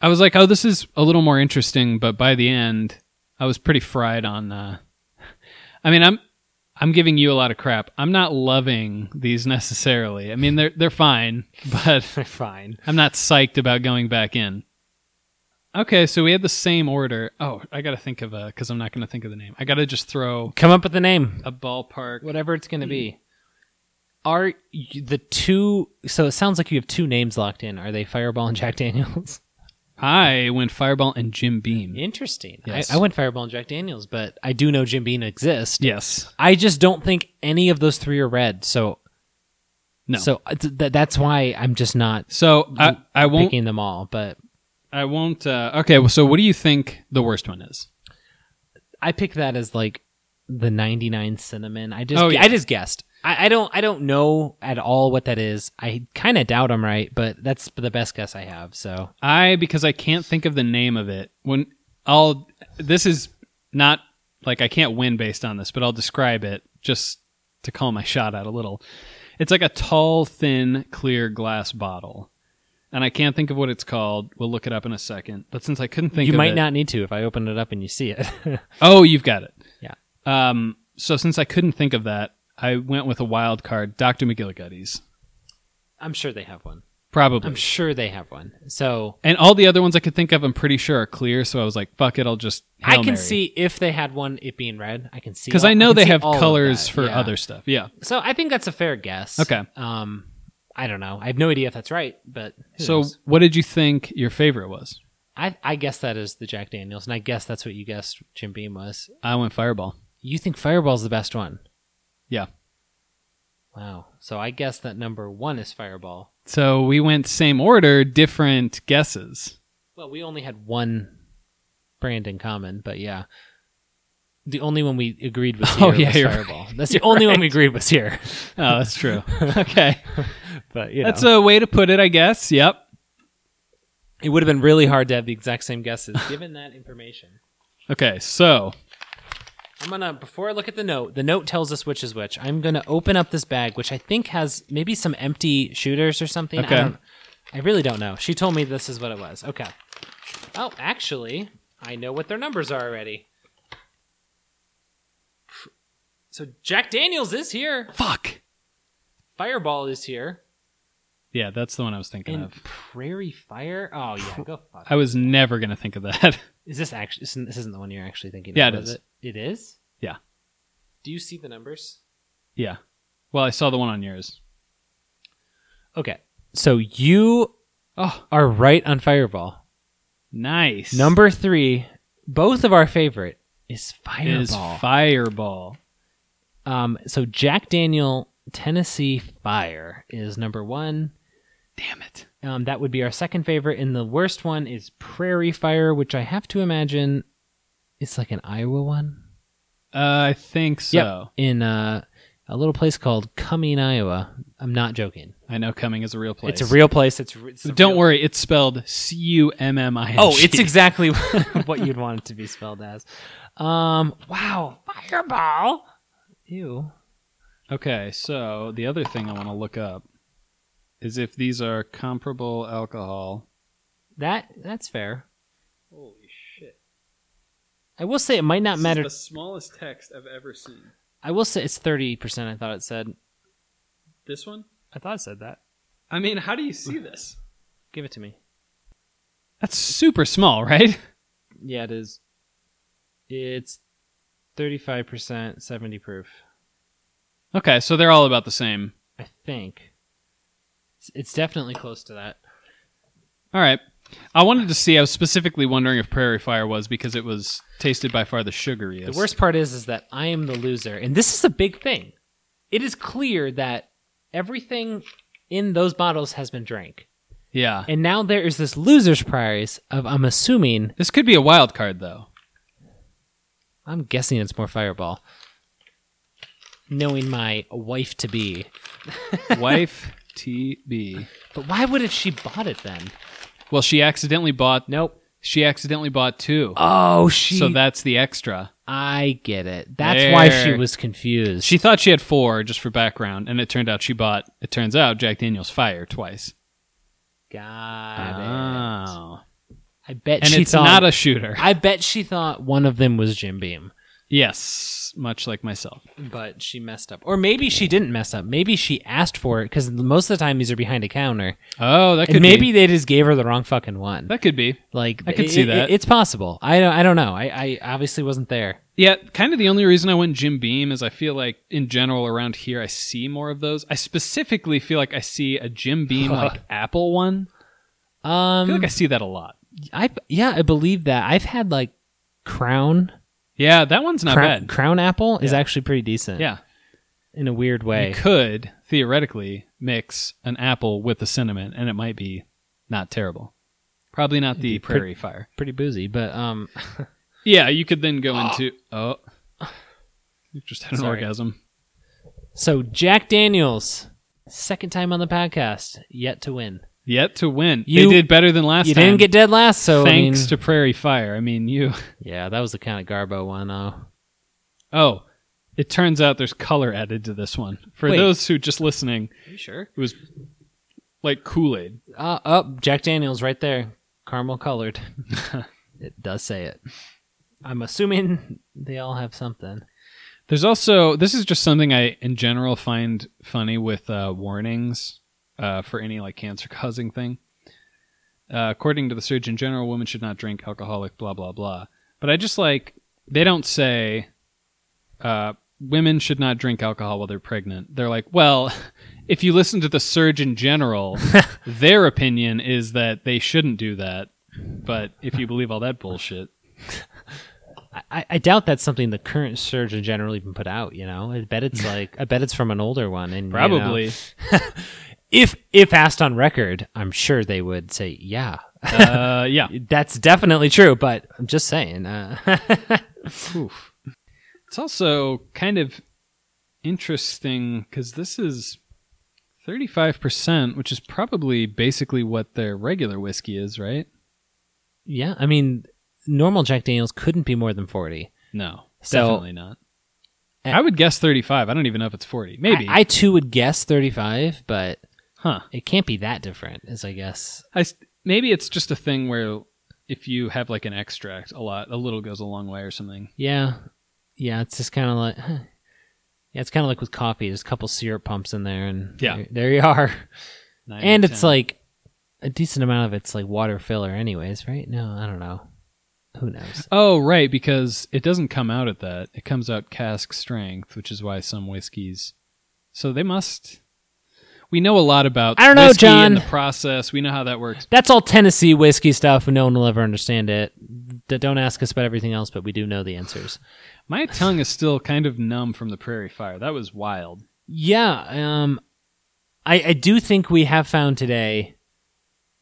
[SPEAKER 2] I was like, oh, this is a little more interesting. But by the end, I was pretty fried on. Uh, I mean, I'm I'm giving you a lot of crap. I'm not loving these necessarily. I mean, they're they're fine, but
[SPEAKER 1] Fine.
[SPEAKER 2] I'm not psyched about going back in. Okay, so we had the same order. Oh, I gotta think of a because I'm not gonna think of the name. I gotta just throw
[SPEAKER 1] Come up with a name.
[SPEAKER 2] a ballpark.
[SPEAKER 1] whatever it's going to be. Are y the two? So it sounds like you have two names locked in. Are they Fireball and Jack Daniels?
[SPEAKER 2] I went Fireball and Jim Beam.
[SPEAKER 1] Interesting.
[SPEAKER 2] Yes.
[SPEAKER 1] I, I went Fireball and Jack Daniels, but I do know Jim Beam exists.
[SPEAKER 2] Yes.
[SPEAKER 1] I just don't think any of those three are red. So
[SPEAKER 2] No.
[SPEAKER 1] So uh, th- th- that's why I'm just not
[SPEAKER 2] So I, I won't
[SPEAKER 1] picking them all. But
[SPEAKER 2] I won't. Uh, okay, well, so what do you think the worst one is?
[SPEAKER 1] I pick that as like the 99 cinnamon. I just
[SPEAKER 2] Oh, yeah.
[SPEAKER 1] I just guessed. I, I don't I don't know at all what that is. I kind of doubt I'm right, but that's the best guess I have. So
[SPEAKER 2] I because I can't think of the name of it. When I'll this is not like I can't win based on this, but I'll describe it just to call my shot out a little. It's like a tall, thin, clear glass bottle, and I can't think of what it's called. We'll look it up in a second. But since I couldn't think,
[SPEAKER 1] you
[SPEAKER 2] of
[SPEAKER 1] might
[SPEAKER 2] it-
[SPEAKER 1] not need to if I open it up and you see it.
[SPEAKER 2] Oh, you've got it.
[SPEAKER 1] Yeah.
[SPEAKER 2] Um. So since I couldn't think of that, I went with a wild card, Doctor McGillicuddy's.
[SPEAKER 1] I'm sure they have one.
[SPEAKER 2] Probably.
[SPEAKER 1] I'm sure they have one. So
[SPEAKER 2] And all the other ones I could think of, I'm pretty sure are clear. So I was like, "Fuck it, I'll just."
[SPEAKER 1] I can see if they had one, it being red. I can see
[SPEAKER 2] because
[SPEAKER 1] all-
[SPEAKER 2] I know
[SPEAKER 1] can
[SPEAKER 2] they
[SPEAKER 1] see
[SPEAKER 2] have
[SPEAKER 1] all of
[SPEAKER 2] colors
[SPEAKER 1] that,
[SPEAKER 2] for
[SPEAKER 1] yeah.
[SPEAKER 2] other stuff. Yeah.
[SPEAKER 1] So I think that's a fair guess.
[SPEAKER 2] Okay.
[SPEAKER 1] Um, I don't know. I have no idea if that's right, but who
[SPEAKER 2] So
[SPEAKER 1] knows?
[SPEAKER 2] what did you think your favorite was?
[SPEAKER 1] I I guess that is the Jack Daniels, and I guess that's what you guessed Jim Beam was.
[SPEAKER 2] I went Fireball.
[SPEAKER 1] You think Fireball's the best one?
[SPEAKER 2] Yeah.
[SPEAKER 1] Wow. So I guess that number one is Fireball.
[SPEAKER 2] So we went same order, different guesses.
[SPEAKER 1] Well, we only had one brand in common, but yeah. The only one we agreed was here
[SPEAKER 2] Oh, yeah,
[SPEAKER 1] was
[SPEAKER 2] you're
[SPEAKER 1] Fireball. That's the only one we agreed was here.
[SPEAKER 2] Oh, that's true. okay.
[SPEAKER 1] But you know,
[SPEAKER 2] That's a way to put it, I guess. Yep.
[SPEAKER 1] it would have been really hard to have the exact same guesses given that information.
[SPEAKER 2] Okay, so
[SPEAKER 1] I'm gonna before I look at the note. The note tells us which is which. I'm gonna open up this bag, which I think has maybe some empty shooters or something.
[SPEAKER 2] Okay.
[SPEAKER 1] I, don't, I really don't know. She told me this is what it was. Okay. Oh, actually, I know what their numbers are already. So Jack Daniels is here.
[SPEAKER 2] fuck.
[SPEAKER 1] Fireball is here.
[SPEAKER 2] Yeah, that's the one I was thinking
[SPEAKER 1] And
[SPEAKER 2] of.
[SPEAKER 1] Prairie Fire. Oh yeah, go fuck.
[SPEAKER 2] I was never gonna think of that.
[SPEAKER 1] Is this actually? This isn't this isn't the one you're actually thinking.
[SPEAKER 2] Yeah,
[SPEAKER 1] of,
[SPEAKER 2] it
[SPEAKER 1] is
[SPEAKER 2] is.
[SPEAKER 1] It is.
[SPEAKER 2] Yeah.
[SPEAKER 1] Do you see the numbers?
[SPEAKER 2] yeah. Well, I saw the one on yours.
[SPEAKER 1] Okay. So you
[SPEAKER 2] Oh,
[SPEAKER 1] are right on Fireball.
[SPEAKER 2] nice.
[SPEAKER 1] Number three, both of our favorite is
[SPEAKER 2] is
[SPEAKER 1] Fireball.
[SPEAKER 2] fireball.
[SPEAKER 1] um, so Jack Daniel Tennessee Fire is number one.
[SPEAKER 2] Damn it.
[SPEAKER 1] Um, that would be our second favorite, and the worst one is Prairie Fire, which I have to imagine it's like an Iowa one.
[SPEAKER 2] Uh, I think so.
[SPEAKER 1] in uh, a little place called Cumming, Iowa. I'm not joking.
[SPEAKER 2] I know coming is a real place.
[SPEAKER 1] It's a real place. It's, re- it's a
[SPEAKER 2] Don't
[SPEAKER 1] real-
[SPEAKER 2] worry, it's spelled C U M M I N.
[SPEAKER 1] Oh, it's exactly what you'd want it to be spelled as. Um, wow, fireball. Ew.
[SPEAKER 2] okay. So the other thing I want to look up is if these are comparable alcohol.
[SPEAKER 1] That that's fair.
[SPEAKER 2] Holy shit!
[SPEAKER 1] I will say it might not matter.
[SPEAKER 2] smallest text I've ever seen.
[SPEAKER 1] I will say it's thirty percent. I thought it said.
[SPEAKER 2] This one?
[SPEAKER 1] I thought it said that.
[SPEAKER 2] I mean, how do you see this?
[SPEAKER 1] Give it to me.
[SPEAKER 2] That's super small, right?
[SPEAKER 1] Yeah, it is. It's thirty-five percent, seventy proof.
[SPEAKER 2] Okay, so they're all about the same.
[SPEAKER 1] I think. It's, it's definitely close to that.
[SPEAKER 2] All right. I wanted to see. I was specifically wondering if Prairie Fire was because it was tasted by far the sugariest.
[SPEAKER 1] The worst part is is that I am the loser, and this is a big thing. It is clear that everything in those bottles has been drank.
[SPEAKER 2] Yeah.
[SPEAKER 1] And now there is this loser's prize of I'm assuming
[SPEAKER 2] This could be a wild card, though.
[SPEAKER 1] I'm guessing it's more fireball. Knowing my wife to be.
[SPEAKER 2] Wife TB.
[SPEAKER 1] But why would have she bought it then?
[SPEAKER 2] Well, she accidentally bought.
[SPEAKER 1] Nope.
[SPEAKER 2] She accidentally bought two.
[SPEAKER 1] Oh she
[SPEAKER 2] so that's the extra.
[SPEAKER 1] I get it. That's why she
[SPEAKER 2] There.
[SPEAKER 1] was confused.
[SPEAKER 2] She thought she had four just for background, and it turned out she bought. It turns out Jack Daniel's Fire twice.
[SPEAKER 1] got it.
[SPEAKER 2] Oh.
[SPEAKER 1] I bet
[SPEAKER 2] And
[SPEAKER 1] Ah, she
[SPEAKER 2] it's
[SPEAKER 1] thought
[SPEAKER 2] not a shooter.
[SPEAKER 1] I bet she thought one of them was Jim Beam.
[SPEAKER 2] Yes, much like myself.
[SPEAKER 1] but she messed up. Or maybe she didn't mess up. Maybe she asked for it because most of the time these are behind a counter,
[SPEAKER 2] Oh, that could
[SPEAKER 1] and maybe
[SPEAKER 2] be.
[SPEAKER 1] they just gave her the wrong fucking one.
[SPEAKER 2] that could be.
[SPEAKER 1] Like
[SPEAKER 2] I could
[SPEAKER 1] it-
[SPEAKER 2] see
[SPEAKER 1] it-
[SPEAKER 2] that.
[SPEAKER 1] it's possible. I don't. I don't know. I, I obviously wasn't there.
[SPEAKER 2] Yeah, kind of the only reason I went Jim Beam is I feel like in general around here I see more of those. I specifically feel like I see a Jim Beam like Apple one. I feel
[SPEAKER 1] Um,
[SPEAKER 2] like I see that a lot.
[SPEAKER 1] I yeah, I believe that. I've had like crown
[SPEAKER 2] Yeah, that one's not
[SPEAKER 1] crown,
[SPEAKER 2] bad.
[SPEAKER 1] crown apple is actually pretty decent.
[SPEAKER 2] Yeah.
[SPEAKER 1] in a weird
[SPEAKER 2] You
[SPEAKER 1] way.
[SPEAKER 2] could theoretically mix an apple with a cinnamon and it might be not terrible. Probably not the
[SPEAKER 1] pretty-
[SPEAKER 2] prairie fire.
[SPEAKER 1] Pretty boozy, but um,
[SPEAKER 2] Yeah, you could then go into oh you just had an
[SPEAKER 1] Sorry.
[SPEAKER 2] orgasm.
[SPEAKER 1] so Jack Daniels, second time on the podcast, yet to win.
[SPEAKER 2] Yet to win.
[SPEAKER 1] You-
[SPEAKER 2] they did better than last
[SPEAKER 1] you
[SPEAKER 2] time.
[SPEAKER 1] didn't get dead last, so I
[SPEAKER 2] thanks
[SPEAKER 1] mean,
[SPEAKER 2] to prairie fire. I mean you
[SPEAKER 1] yeah, that was the kind of Garbo one. though.
[SPEAKER 2] Oh, it turns out there's color added to this one. For
[SPEAKER 1] Wait.
[SPEAKER 2] those who just listening,
[SPEAKER 1] you sure?
[SPEAKER 2] it was like Kool Aid.
[SPEAKER 1] Uh, oh, Jack Daniels right there. Caramel colored. it does say it. I'm assuming they all have something.
[SPEAKER 2] There's also this is just something I in general find funny with uh, warnings uh, for any like cancer causing thing. Uh, according to the Surgeon General, women should not drink alcoholic blah blah blah. But I just like they don't say uh, women should not drink alcohol while they're pregnant. They're like, well, if you listen to the Surgeon General, their opinion is that they shouldn't do that. But if you believe all that bullshit,
[SPEAKER 1] I- I, I doubt that's something the current surgeon general even put out. You know, I bet it's like I bet it's from an older one. And you know,
[SPEAKER 2] probably
[SPEAKER 1] if if asked on record, I'm sure they would say, "Yeah,
[SPEAKER 2] Uh, yeah.
[SPEAKER 1] That's definitely true, but I'm just saying. Uh,
[SPEAKER 2] Oof. It's also kind of interesting because this is 35%, which is probably basically what their regular whiskey is, right?
[SPEAKER 1] yeah, I mean, normal Jack Daniels couldn't be more than 40.
[SPEAKER 2] No,
[SPEAKER 1] So-
[SPEAKER 2] definitely not.
[SPEAKER 1] Uh,
[SPEAKER 2] I would guess 35. I don't even know if it's 40. Maybe.
[SPEAKER 1] I, I too would guess 35, but
[SPEAKER 2] huh.
[SPEAKER 1] it can't be that different, is I guess.
[SPEAKER 2] I s maybe it's just a thing where if you have like an extract a lot, a little goes a long way or something.
[SPEAKER 1] Yeah. Yeah, it's just kind of like. huh. Yeah, it's kind of like with coffee. There's a couple syrup pumps in there, and
[SPEAKER 2] Yeah.
[SPEAKER 1] there, there you are.
[SPEAKER 2] Nine
[SPEAKER 1] And
[SPEAKER 2] or
[SPEAKER 1] it's
[SPEAKER 2] 10.
[SPEAKER 1] like a decent amount of it's like water filler, anyways, right? No, I don't know. Who knows?
[SPEAKER 2] Oh, right, because it doesn't come out at that. It comes out cask strength, which is why some whiskeys. So they must. We know a lot about.
[SPEAKER 1] I don't know,
[SPEAKER 2] whiskey
[SPEAKER 1] John.
[SPEAKER 2] And the process. We know how that works.
[SPEAKER 1] That's all Tennessee whiskey stuff, and no one will ever understand it. D- don't ask us about everything else, but we do know the answers.
[SPEAKER 2] My tongue is still kind of numb from the prairie fire. That was wild.
[SPEAKER 1] Yeah, um, I I do think we have found today.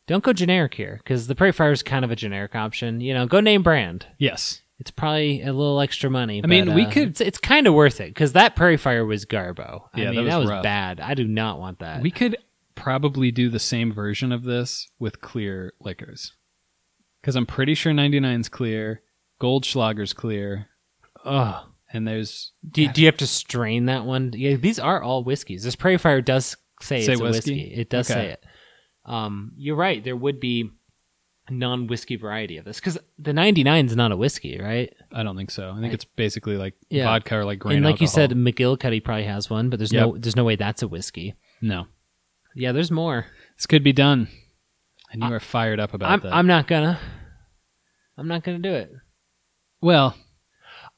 [SPEAKER 1] Don't go generic here, because the Prairie Fire is kind of a generic option. You know, go name brand.
[SPEAKER 2] Yes.
[SPEAKER 1] It's probably a little extra money.
[SPEAKER 2] I mean,
[SPEAKER 1] but,
[SPEAKER 2] we
[SPEAKER 1] uh,
[SPEAKER 2] could-
[SPEAKER 1] It's, it's kind of worth it because that Prairie Fire was Garbo. I
[SPEAKER 2] Yeah, that
[SPEAKER 1] mean,
[SPEAKER 2] was
[SPEAKER 1] that was,
[SPEAKER 2] rough.
[SPEAKER 1] bad. I do not want that.
[SPEAKER 2] We could probably do the same version of this with clear liquors. Because I'm pretty sure 99's clear, Goldschlager's clear,
[SPEAKER 1] Ugh.
[SPEAKER 2] and there's.
[SPEAKER 1] Do, do you have to strain that one? Yeah, these are all whiskeys. This Prairie Fire does say,
[SPEAKER 2] Say
[SPEAKER 1] it's
[SPEAKER 2] whiskey?
[SPEAKER 1] a whiskey. It does
[SPEAKER 2] Okay.
[SPEAKER 1] say it. Um, you're right. There would be a non-whiskey variety of this because the 99 is not a whiskey, right?
[SPEAKER 2] I don't think so. I think it's basically like
[SPEAKER 1] Yeah.
[SPEAKER 2] vodka or like grain
[SPEAKER 1] and like you
[SPEAKER 2] alcohol.
[SPEAKER 1] said, McGillicuddy probably has one, but there's no there's no way that's a whiskey.
[SPEAKER 2] no.
[SPEAKER 1] Yeah, there's more.
[SPEAKER 2] This could be done. And you are fired up about
[SPEAKER 1] I'm,
[SPEAKER 2] that.
[SPEAKER 1] I'm not gonna. I'm not gonna do it.
[SPEAKER 2] well,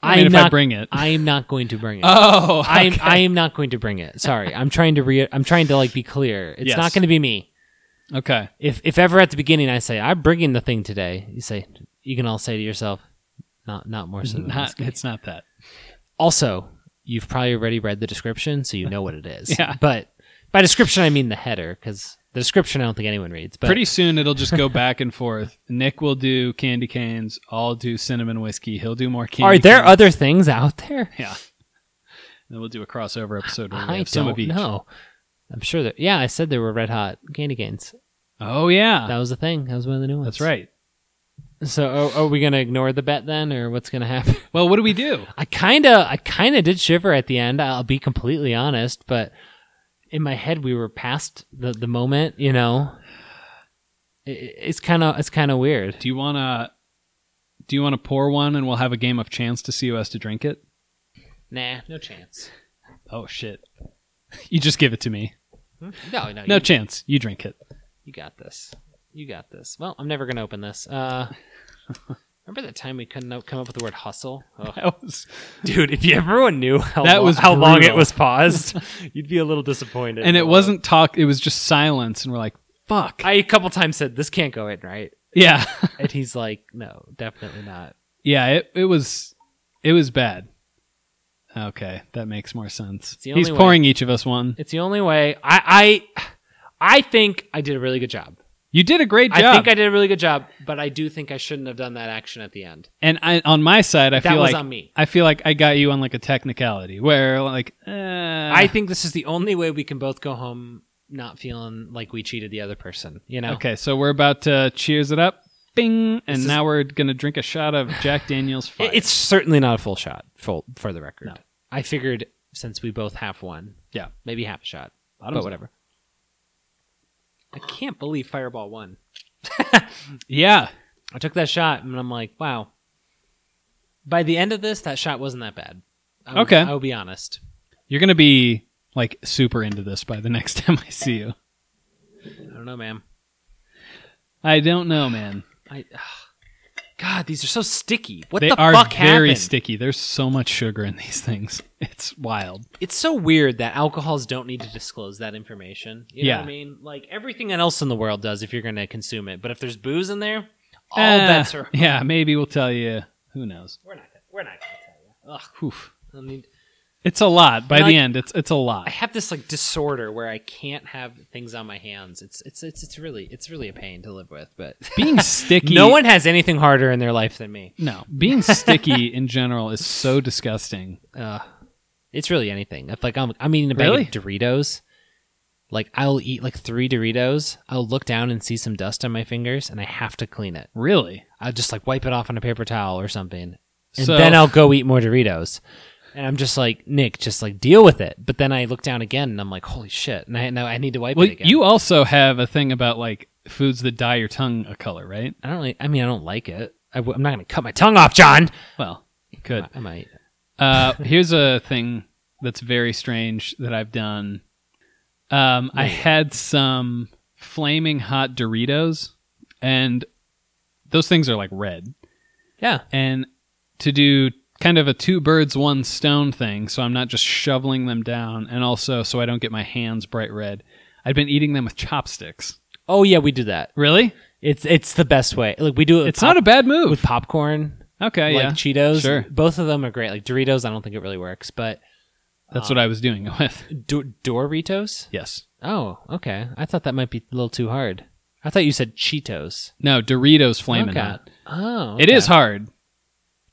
[SPEAKER 2] I
[SPEAKER 1] I'm
[SPEAKER 2] mean, if I
[SPEAKER 1] not-
[SPEAKER 2] bring it.
[SPEAKER 1] I am not going to bring it.
[SPEAKER 2] oh,
[SPEAKER 1] I am
[SPEAKER 2] okay.
[SPEAKER 1] I am not going to bring it. Sorry, I'm trying to re. I'm trying to like be clear. It's
[SPEAKER 2] Yes.
[SPEAKER 1] not going to be me.
[SPEAKER 2] okay.
[SPEAKER 1] If if ever at the beginning I say I'm bringing the thing today, you say you can all say to yourself, not not more so. Than
[SPEAKER 2] Not,
[SPEAKER 1] whiskey.
[SPEAKER 2] it's not that.
[SPEAKER 1] also, you've probably already read the description, so you know what it is.
[SPEAKER 2] Yeah.
[SPEAKER 1] But by description, I mean the header, because the description I don't think anyone reads. But
[SPEAKER 2] Pretty soon it'll just go back and forth. Nick will do candy canes. I'll do cinnamon whiskey. He'll do more candy.
[SPEAKER 1] are there
[SPEAKER 2] canes.
[SPEAKER 1] other things out there?
[SPEAKER 2] Yeah. And we'll do a crossover episode where we
[SPEAKER 1] I
[SPEAKER 2] have
[SPEAKER 1] don't
[SPEAKER 2] some of each.
[SPEAKER 1] know. I'm sure that yeah, I said there were red hot candy canes.
[SPEAKER 2] Oh yeah.
[SPEAKER 1] That was the thing. That was one of the new ones.
[SPEAKER 2] That's right.
[SPEAKER 1] So oh, are, are we gonna ignore the bet then, or what's gonna happen?
[SPEAKER 2] Well, what do we do?
[SPEAKER 1] I kind of, I kind of did shiver at the end. I'll be completely honest, but in my head, we were past the the moment. You know, I- I it's kind of, it's kind of weird.
[SPEAKER 2] Do you want to do you want to pour one and we'll have a game of chance to see who has to drink it?
[SPEAKER 1] Nah, no chance.
[SPEAKER 2] Oh shit. You just give it to me.
[SPEAKER 1] Hmm? No, no,
[SPEAKER 2] No
[SPEAKER 1] you,
[SPEAKER 2] chance. You drink it.
[SPEAKER 1] you got this. You got this. Well, I'm never gonna open this. Uh, remember that time we couldn't o- come up with the word hustle, Ugh.
[SPEAKER 2] That was
[SPEAKER 1] dude? If you, everyone knew how
[SPEAKER 2] That
[SPEAKER 1] lo-
[SPEAKER 2] was
[SPEAKER 1] how long it
[SPEAKER 2] brutal.
[SPEAKER 1] was paused, you'd be a little disappointed.
[SPEAKER 2] and it
[SPEAKER 1] Uh,
[SPEAKER 2] wasn't talk, it was just silence and we're like, "Fuck."
[SPEAKER 1] I a couple times said this can't go in right,
[SPEAKER 2] yeah.
[SPEAKER 1] and he's like, "No, definitely not."
[SPEAKER 2] yeah, it it was it was bad. Okay, that makes more sense.
[SPEAKER 1] the
[SPEAKER 2] He's
[SPEAKER 1] only way.
[SPEAKER 2] pouring each of us one.
[SPEAKER 1] It's the only way. I I I think I did a really good job.
[SPEAKER 2] You did a great job.
[SPEAKER 1] I think I did a really good job, but I do think I shouldn't have done that action at the end.
[SPEAKER 2] And I, on my side, I
[SPEAKER 1] That
[SPEAKER 2] feel
[SPEAKER 1] was
[SPEAKER 2] like
[SPEAKER 1] on me.
[SPEAKER 2] I feel like I got you on like a technicality where like uh, I
[SPEAKER 1] I think this is the only way we can both go home not feeling like we cheated the other person, you know?
[SPEAKER 2] okay, so we're about to cheers it up, bing, and
[SPEAKER 1] is-
[SPEAKER 2] now we're gonna drink a shot of Jack Daniel's. Fire.
[SPEAKER 1] It- It's certainly not a full shot, full for the record. I figured since we both have one,
[SPEAKER 2] yeah,
[SPEAKER 1] maybe half a shot,
[SPEAKER 2] Bottoms
[SPEAKER 1] but
[SPEAKER 2] up.
[SPEAKER 1] whatever. I can't believe Fireball won.
[SPEAKER 2] yeah.
[SPEAKER 1] I took that shot and I'm like, wow. By the end of this, that shot wasn't that bad. I will-
[SPEAKER 2] Okay.
[SPEAKER 1] I will be honest.
[SPEAKER 2] You're gonna be like super into this by the next time I see you.
[SPEAKER 1] I don't know, ma'am.
[SPEAKER 2] I don't know, man.
[SPEAKER 1] I, ugh. God, these are so sticky. What
[SPEAKER 2] they
[SPEAKER 1] the
[SPEAKER 2] are
[SPEAKER 1] fuck
[SPEAKER 2] very
[SPEAKER 1] happened?
[SPEAKER 2] sticky. There's so much sugar in these things. It's wild.
[SPEAKER 1] it's so weird that alcohols don't need to disclose that information. You know
[SPEAKER 2] Yeah.
[SPEAKER 1] what I mean? Like everything else in the world does if you're going to consume it. But if there's booze in there, all
[SPEAKER 2] Eh,
[SPEAKER 1] bets are.
[SPEAKER 2] Yeah, maybe we'll tell you. Who knows?
[SPEAKER 1] We're not. We're not going to tell you. Ugh.
[SPEAKER 2] Oof.
[SPEAKER 1] I mean,
[SPEAKER 2] It's a lot. By
[SPEAKER 1] And,
[SPEAKER 2] the
[SPEAKER 1] like,
[SPEAKER 2] end, it's it's a
[SPEAKER 1] I
[SPEAKER 2] lot.
[SPEAKER 1] have this like disorder where I can't have things on my hands. It's it's it's it's really it's really a pain to live with, but
[SPEAKER 2] Being sticky.
[SPEAKER 1] no one has anything harder in their life than me.
[SPEAKER 2] No, being sticky in general is so disgusting.
[SPEAKER 1] Uh, it's really anything. If like I'm I'm eating a bag
[SPEAKER 2] Really?
[SPEAKER 1] of Doritos, like I'll eat like three Doritos. I'll look down and see some dust on my fingers, and I have to clean it.
[SPEAKER 2] Really?
[SPEAKER 1] I'll just like wipe it off on a paper towel or something, and
[SPEAKER 2] So-
[SPEAKER 1] then I'll go eat more Doritos. And I'm just like Nick, just like deal with it. But then I look down again, and I'm like, holy shit! And I now I need to wipe
[SPEAKER 2] Well,
[SPEAKER 1] it again.
[SPEAKER 2] you also have a thing about like foods that dye your tongue a color, right?
[SPEAKER 1] I don't really. I mean, I don't like it. I w- I'm not going to cut my tongue off, John.
[SPEAKER 2] Well, good.
[SPEAKER 1] I, I might.
[SPEAKER 2] Uh, here's a thing that's very strange that I've done. Um, I had some flaming hot Doritos, and those things are like red.
[SPEAKER 1] Yeah.
[SPEAKER 2] And to do kind of a two birds, one stone thing, so I'm not just shoveling them down, and also so I don't get my hands bright red, I'd been eating them with chopsticks.
[SPEAKER 1] Oh yeah, we do that.
[SPEAKER 2] Really?
[SPEAKER 1] It's it's the best way. Like we do it. With
[SPEAKER 2] It's not a bad move.
[SPEAKER 1] with popcorn,
[SPEAKER 2] okay,
[SPEAKER 1] like
[SPEAKER 2] yeah.
[SPEAKER 1] Cheetos.
[SPEAKER 2] Sure.
[SPEAKER 1] Both of them are great. Like Doritos, I don't think it really works, but
[SPEAKER 2] That's
[SPEAKER 1] uh,
[SPEAKER 2] what I was doing it with.
[SPEAKER 1] Do- Doritos.
[SPEAKER 2] Yes.
[SPEAKER 1] Oh, okay. I thought that might be a little too hard. I thought you said Cheetos.
[SPEAKER 2] No, Doritos flaming
[SPEAKER 1] okay.
[SPEAKER 2] hot.
[SPEAKER 1] Oh,
[SPEAKER 2] It
[SPEAKER 1] okay.
[SPEAKER 2] is hard,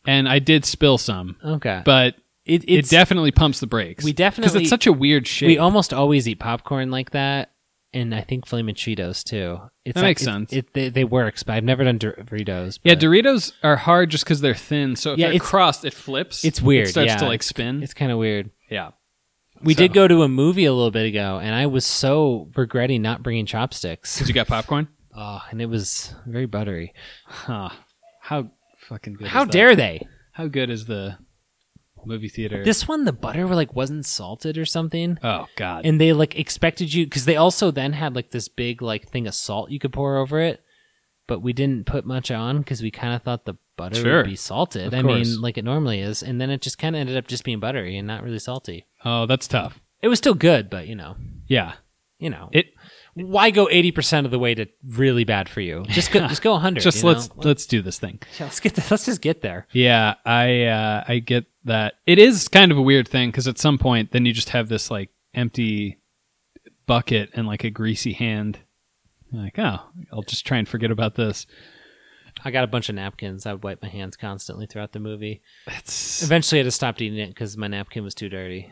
[SPEAKER 2] and I did spill some,
[SPEAKER 1] Okay,
[SPEAKER 2] but
[SPEAKER 1] it
[SPEAKER 2] it
[SPEAKER 1] it's,
[SPEAKER 2] definitely pumps the brakes.
[SPEAKER 1] we
[SPEAKER 2] because
[SPEAKER 1] definitely-
[SPEAKER 2] it's such a weird
[SPEAKER 1] we
[SPEAKER 2] shape.
[SPEAKER 1] almost always eat popcorn like that, and I think Flamin' Cheetos too. It's
[SPEAKER 2] That
[SPEAKER 1] like-
[SPEAKER 2] makes
[SPEAKER 1] it-
[SPEAKER 2] sense.
[SPEAKER 1] It, they, they works, but I've never done Dor- Doritos.
[SPEAKER 2] yeah,
[SPEAKER 1] but-
[SPEAKER 2] Doritos are hard just because they're thin. So if
[SPEAKER 1] Yeah,
[SPEAKER 2] they're
[SPEAKER 1] it's-
[SPEAKER 2] crossed, it flips.
[SPEAKER 1] it's weird,
[SPEAKER 2] It starts
[SPEAKER 1] yeah.
[SPEAKER 2] to like spin.
[SPEAKER 1] It's kind of weird.
[SPEAKER 2] yeah.
[SPEAKER 1] We
[SPEAKER 2] So-
[SPEAKER 1] did go to a movie a little bit ago, and I was so regretting not bringing chopsticks.
[SPEAKER 2] Because you got popcorn.
[SPEAKER 1] Oh, and it was very buttery.
[SPEAKER 2] Huh. How fucking good?
[SPEAKER 1] How
[SPEAKER 2] is that?
[SPEAKER 1] dare they?
[SPEAKER 2] How good is the movie theater?
[SPEAKER 1] This one, the butter like wasn't salted or something,
[SPEAKER 2] oh God.
[SPEAKER 1] and they like expected you because they also then had like this big like thing of salt you could pour over it, but we didn't put much on because we kind of thought the butter
[SPEAKER 2] Sure.
[SPEAKER 1] would be salted.
[SPEAKER 2] Of
[SPEAKER 1] I
[SPEAKER 2] course.
[SPEAKER 1] mean, like it normally is, and then it just kind of ended up just being buttery and not really salty.
[SPEAKER 2] oh, that's tough.
[SPEAKER 1] It was still good, but you know,
[SPEAKER 2] Yeah.
[SPEAKER 1] you know,
[SPEAKER 2] It
[SPEAKER 1] why go eighty percent of the way to really bad for you? Just go, just go hundred.
[SPEAKER 2] just
[SPEAKER 1] you know?
[SPEAKER 2] let's let's do this thing.
[SPEAKER 1] Yeah, let's get the, let's just get there.
[SPEAKER 2] Yeah, I uh, I get that. It is kind of a weird thing because at some point, then you just have this like empty bucket and like a greasy hand. You're like, oh, I'll just try and forget about this.
[SPEAKER 1] I got a bunch of napkins. I would wipe my hands constantly throughout the movie.
[SPEAKER 2] That's
[SPEAKER 1] Eventually, I just stopped eating it because my napkin was too dirty.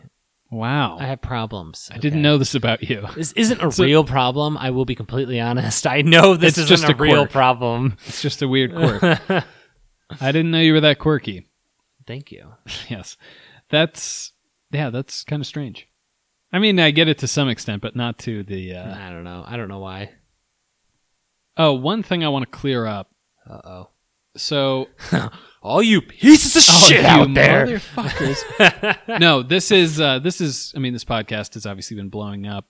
[SPEAKER 2] wow.
[SPEAKER 1] I
[SPEAKER 2] I,
[SPEAKER 1] have problems.
[SPEAKER 2] didn't
[SPEAKER 1] okay?
[SPEAKER 2] know this about you.
[SPEAKER 1] This isn't a
[SPEAKER 2] So-
[SPEAKER 1] real problem. I will be completely honest. I know this
[SPEAKER 2] It's
[SPEAKER 1] isn't
[SPEAKER 2] just
[SPEAKER 1] a,
[SPEAKER 2] a
[SPEAKER 1] real
[SPEAKER 2] quirk.
[SPEAKER 1] problem.
[SPEAKER 2] It's just a weird quirk. I didn't know you were that quirky.
[SPEAKER 1] Thank you.
[SPEAKER 2] yes, that's yeah, that's kind of strange. I mean, I get it to some extent, but not to the. Uh...
[SPEAKER 1] I don't know. I don't know why.
[SPEAKER 2] Oh, one thing I want to clear up.
[SPEAKER 1] Uh oh.
[SPEAKER 2] So
[SPEAKER 1] All you pieces of
[SPEAKER 2] Oh,
[SPEAKER 1] shit
[SPEAKER 2] you
[SPEAKER 1] out there.
[SPEAKER 2] motherfuckers. no, this is uh, this is. I mean, this podcast has obviously been blowing up.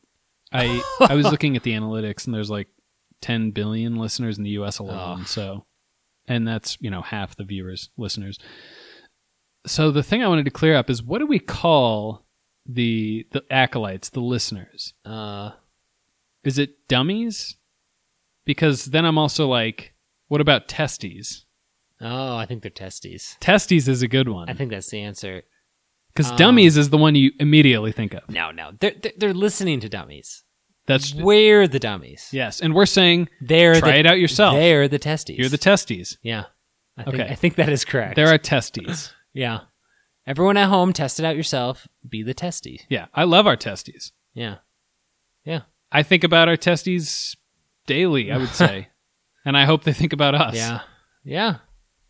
[SPEAKER 2] I I was looking at the analytics, and there's like 10 billion listeners in the U.S. alone.
[SPEAKER 1] Oh.
[SPEAKER 2] So, and that's you know half the viewers, listeners. So the thing I wanted to clear up is what do we call the the acolytes, the listeners?
[SPEAKER 1] Uh,
[SPEAKER 2] Is it dummies? Because then I'm also like, what about testes?
[SPEAKER 1] oh, I think they're testes.
[SPEAKER 2] Testes is a good one
[SPEAKER 1] I think that's the answer.
[SPEAKER 2] because
[SPEAKER 1] um,
[SPEAKER 2] dummies is the one you immediately think of.
[SPEAKER 1] No, no, they're they're, they're listening to dummies.
[SPEAKER 2] That's
[SPEAKER 1] We're the dummies.
[SPEAKER 2] yes, and we're saying
[SPEAKER 1] They're
[SPEAKER 2] try
[SPEAKER 1] the,
[SPEAKER 2] it out yourself.
[SPEAKER 1] They're the testes.
[SPEAKER 2] You're the testes.
[SPEAKER 1] Yeah. I think,
[SPEAKER 2] Okay.
[SPEAKER 1] I think that is correct.
[SPEAKER 2] There are testes.
[SPEAKER 1] yeah. Everyone at home, test it out yourself. Be the testy.
[SPEAKER 2] yeah, I love our testes.
[SPEAKER 1] Yeah.
[SPEAKER 2] I think about our testes daily. I would say, and I hope they think about us.
[SPEAKER 1] Yeah. Yeah.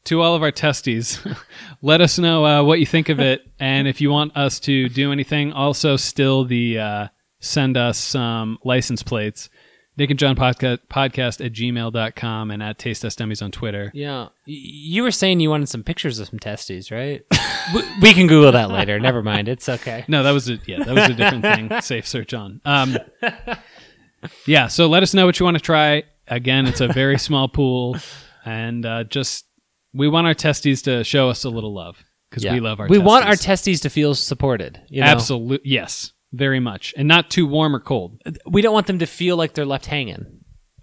[SPEAKER 2] To all of our testes, let us know uh, what you think of it, and if you want us to do anything. Also, still the uh, send us some license plates. Nick and John podcast, podcast at gmail.com and at Taste Us Dummies on Twitter.
[SPEAKER 1] Yeah. Y- You were saying you wanted some pictures of some testes, right? we, we can Google that later. Never mind. It's okay.
[SPEAKER 2] No, that was a yeah, that was a different thing. Safe search on. Um, yeah, so let us know what you want to try. Again, it's a very small pool, and uh, just we want our testes to show us a little love because
[SPEAKER 1] Yeah.
[SPEAKER 2] we love our.
[SPEAKER 1] We want our
[SPEAKER 2] testes.
[SPEAKER 1] testes to feel supported. You know?
[SPEAKER 2] absolute yes, very much, and not too warm or cold.
[SPEAKER 1] We don't want them to feel like they're left hanging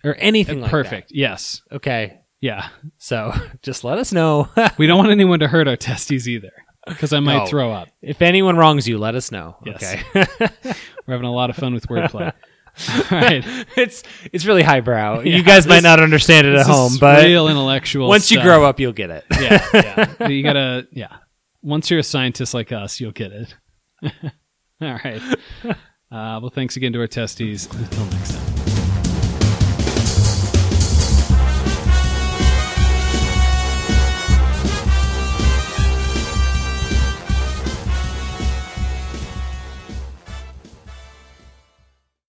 [SPEAKER 1] or anything like
[SPEAKER 2] Perfect. yes.
[SPEAKER 1] that. Okay.
[SPEAKER 2] Yeah.
[SPEAKER 1] So just let us know.
[SPEAKER 2] We don't want anyone to hurt our testes either. because I might
[SPEAKER 1] No.
[SPEAKER 2] throw up.
[SPEAKER 1] If anyone wrongs you, let us know.
[SPEAKER 2] Yes.
[SPEAKER 1] Okay.
[SPEAKER 2] We're having a lot of fun with wordplay. All right.
[SPEAKER 1] it's it's really highbrow.
[SPEAKER 2] Yeah,
[SPEAKER 1] you guys
[SPEAKER 2] this-
[SPEAKER 1] might not understand it at
[SPEAKER 2] This
[SPEAKER 1] home,
[SPEAKER 2] is
[SPEAKER 1] but
[SPEAKER 2] real intellectual.
[SPEAKER 1] once you
[SPEAKER 2] stuff.
[SPEAKER 1] grow up, you'll get it.
[SPEAKER 2] yeah, yeah. You gotta, yeah. Once you're a scientist like us, you'll get it. All right. Uh, well, thanks again to our testes. Until next time.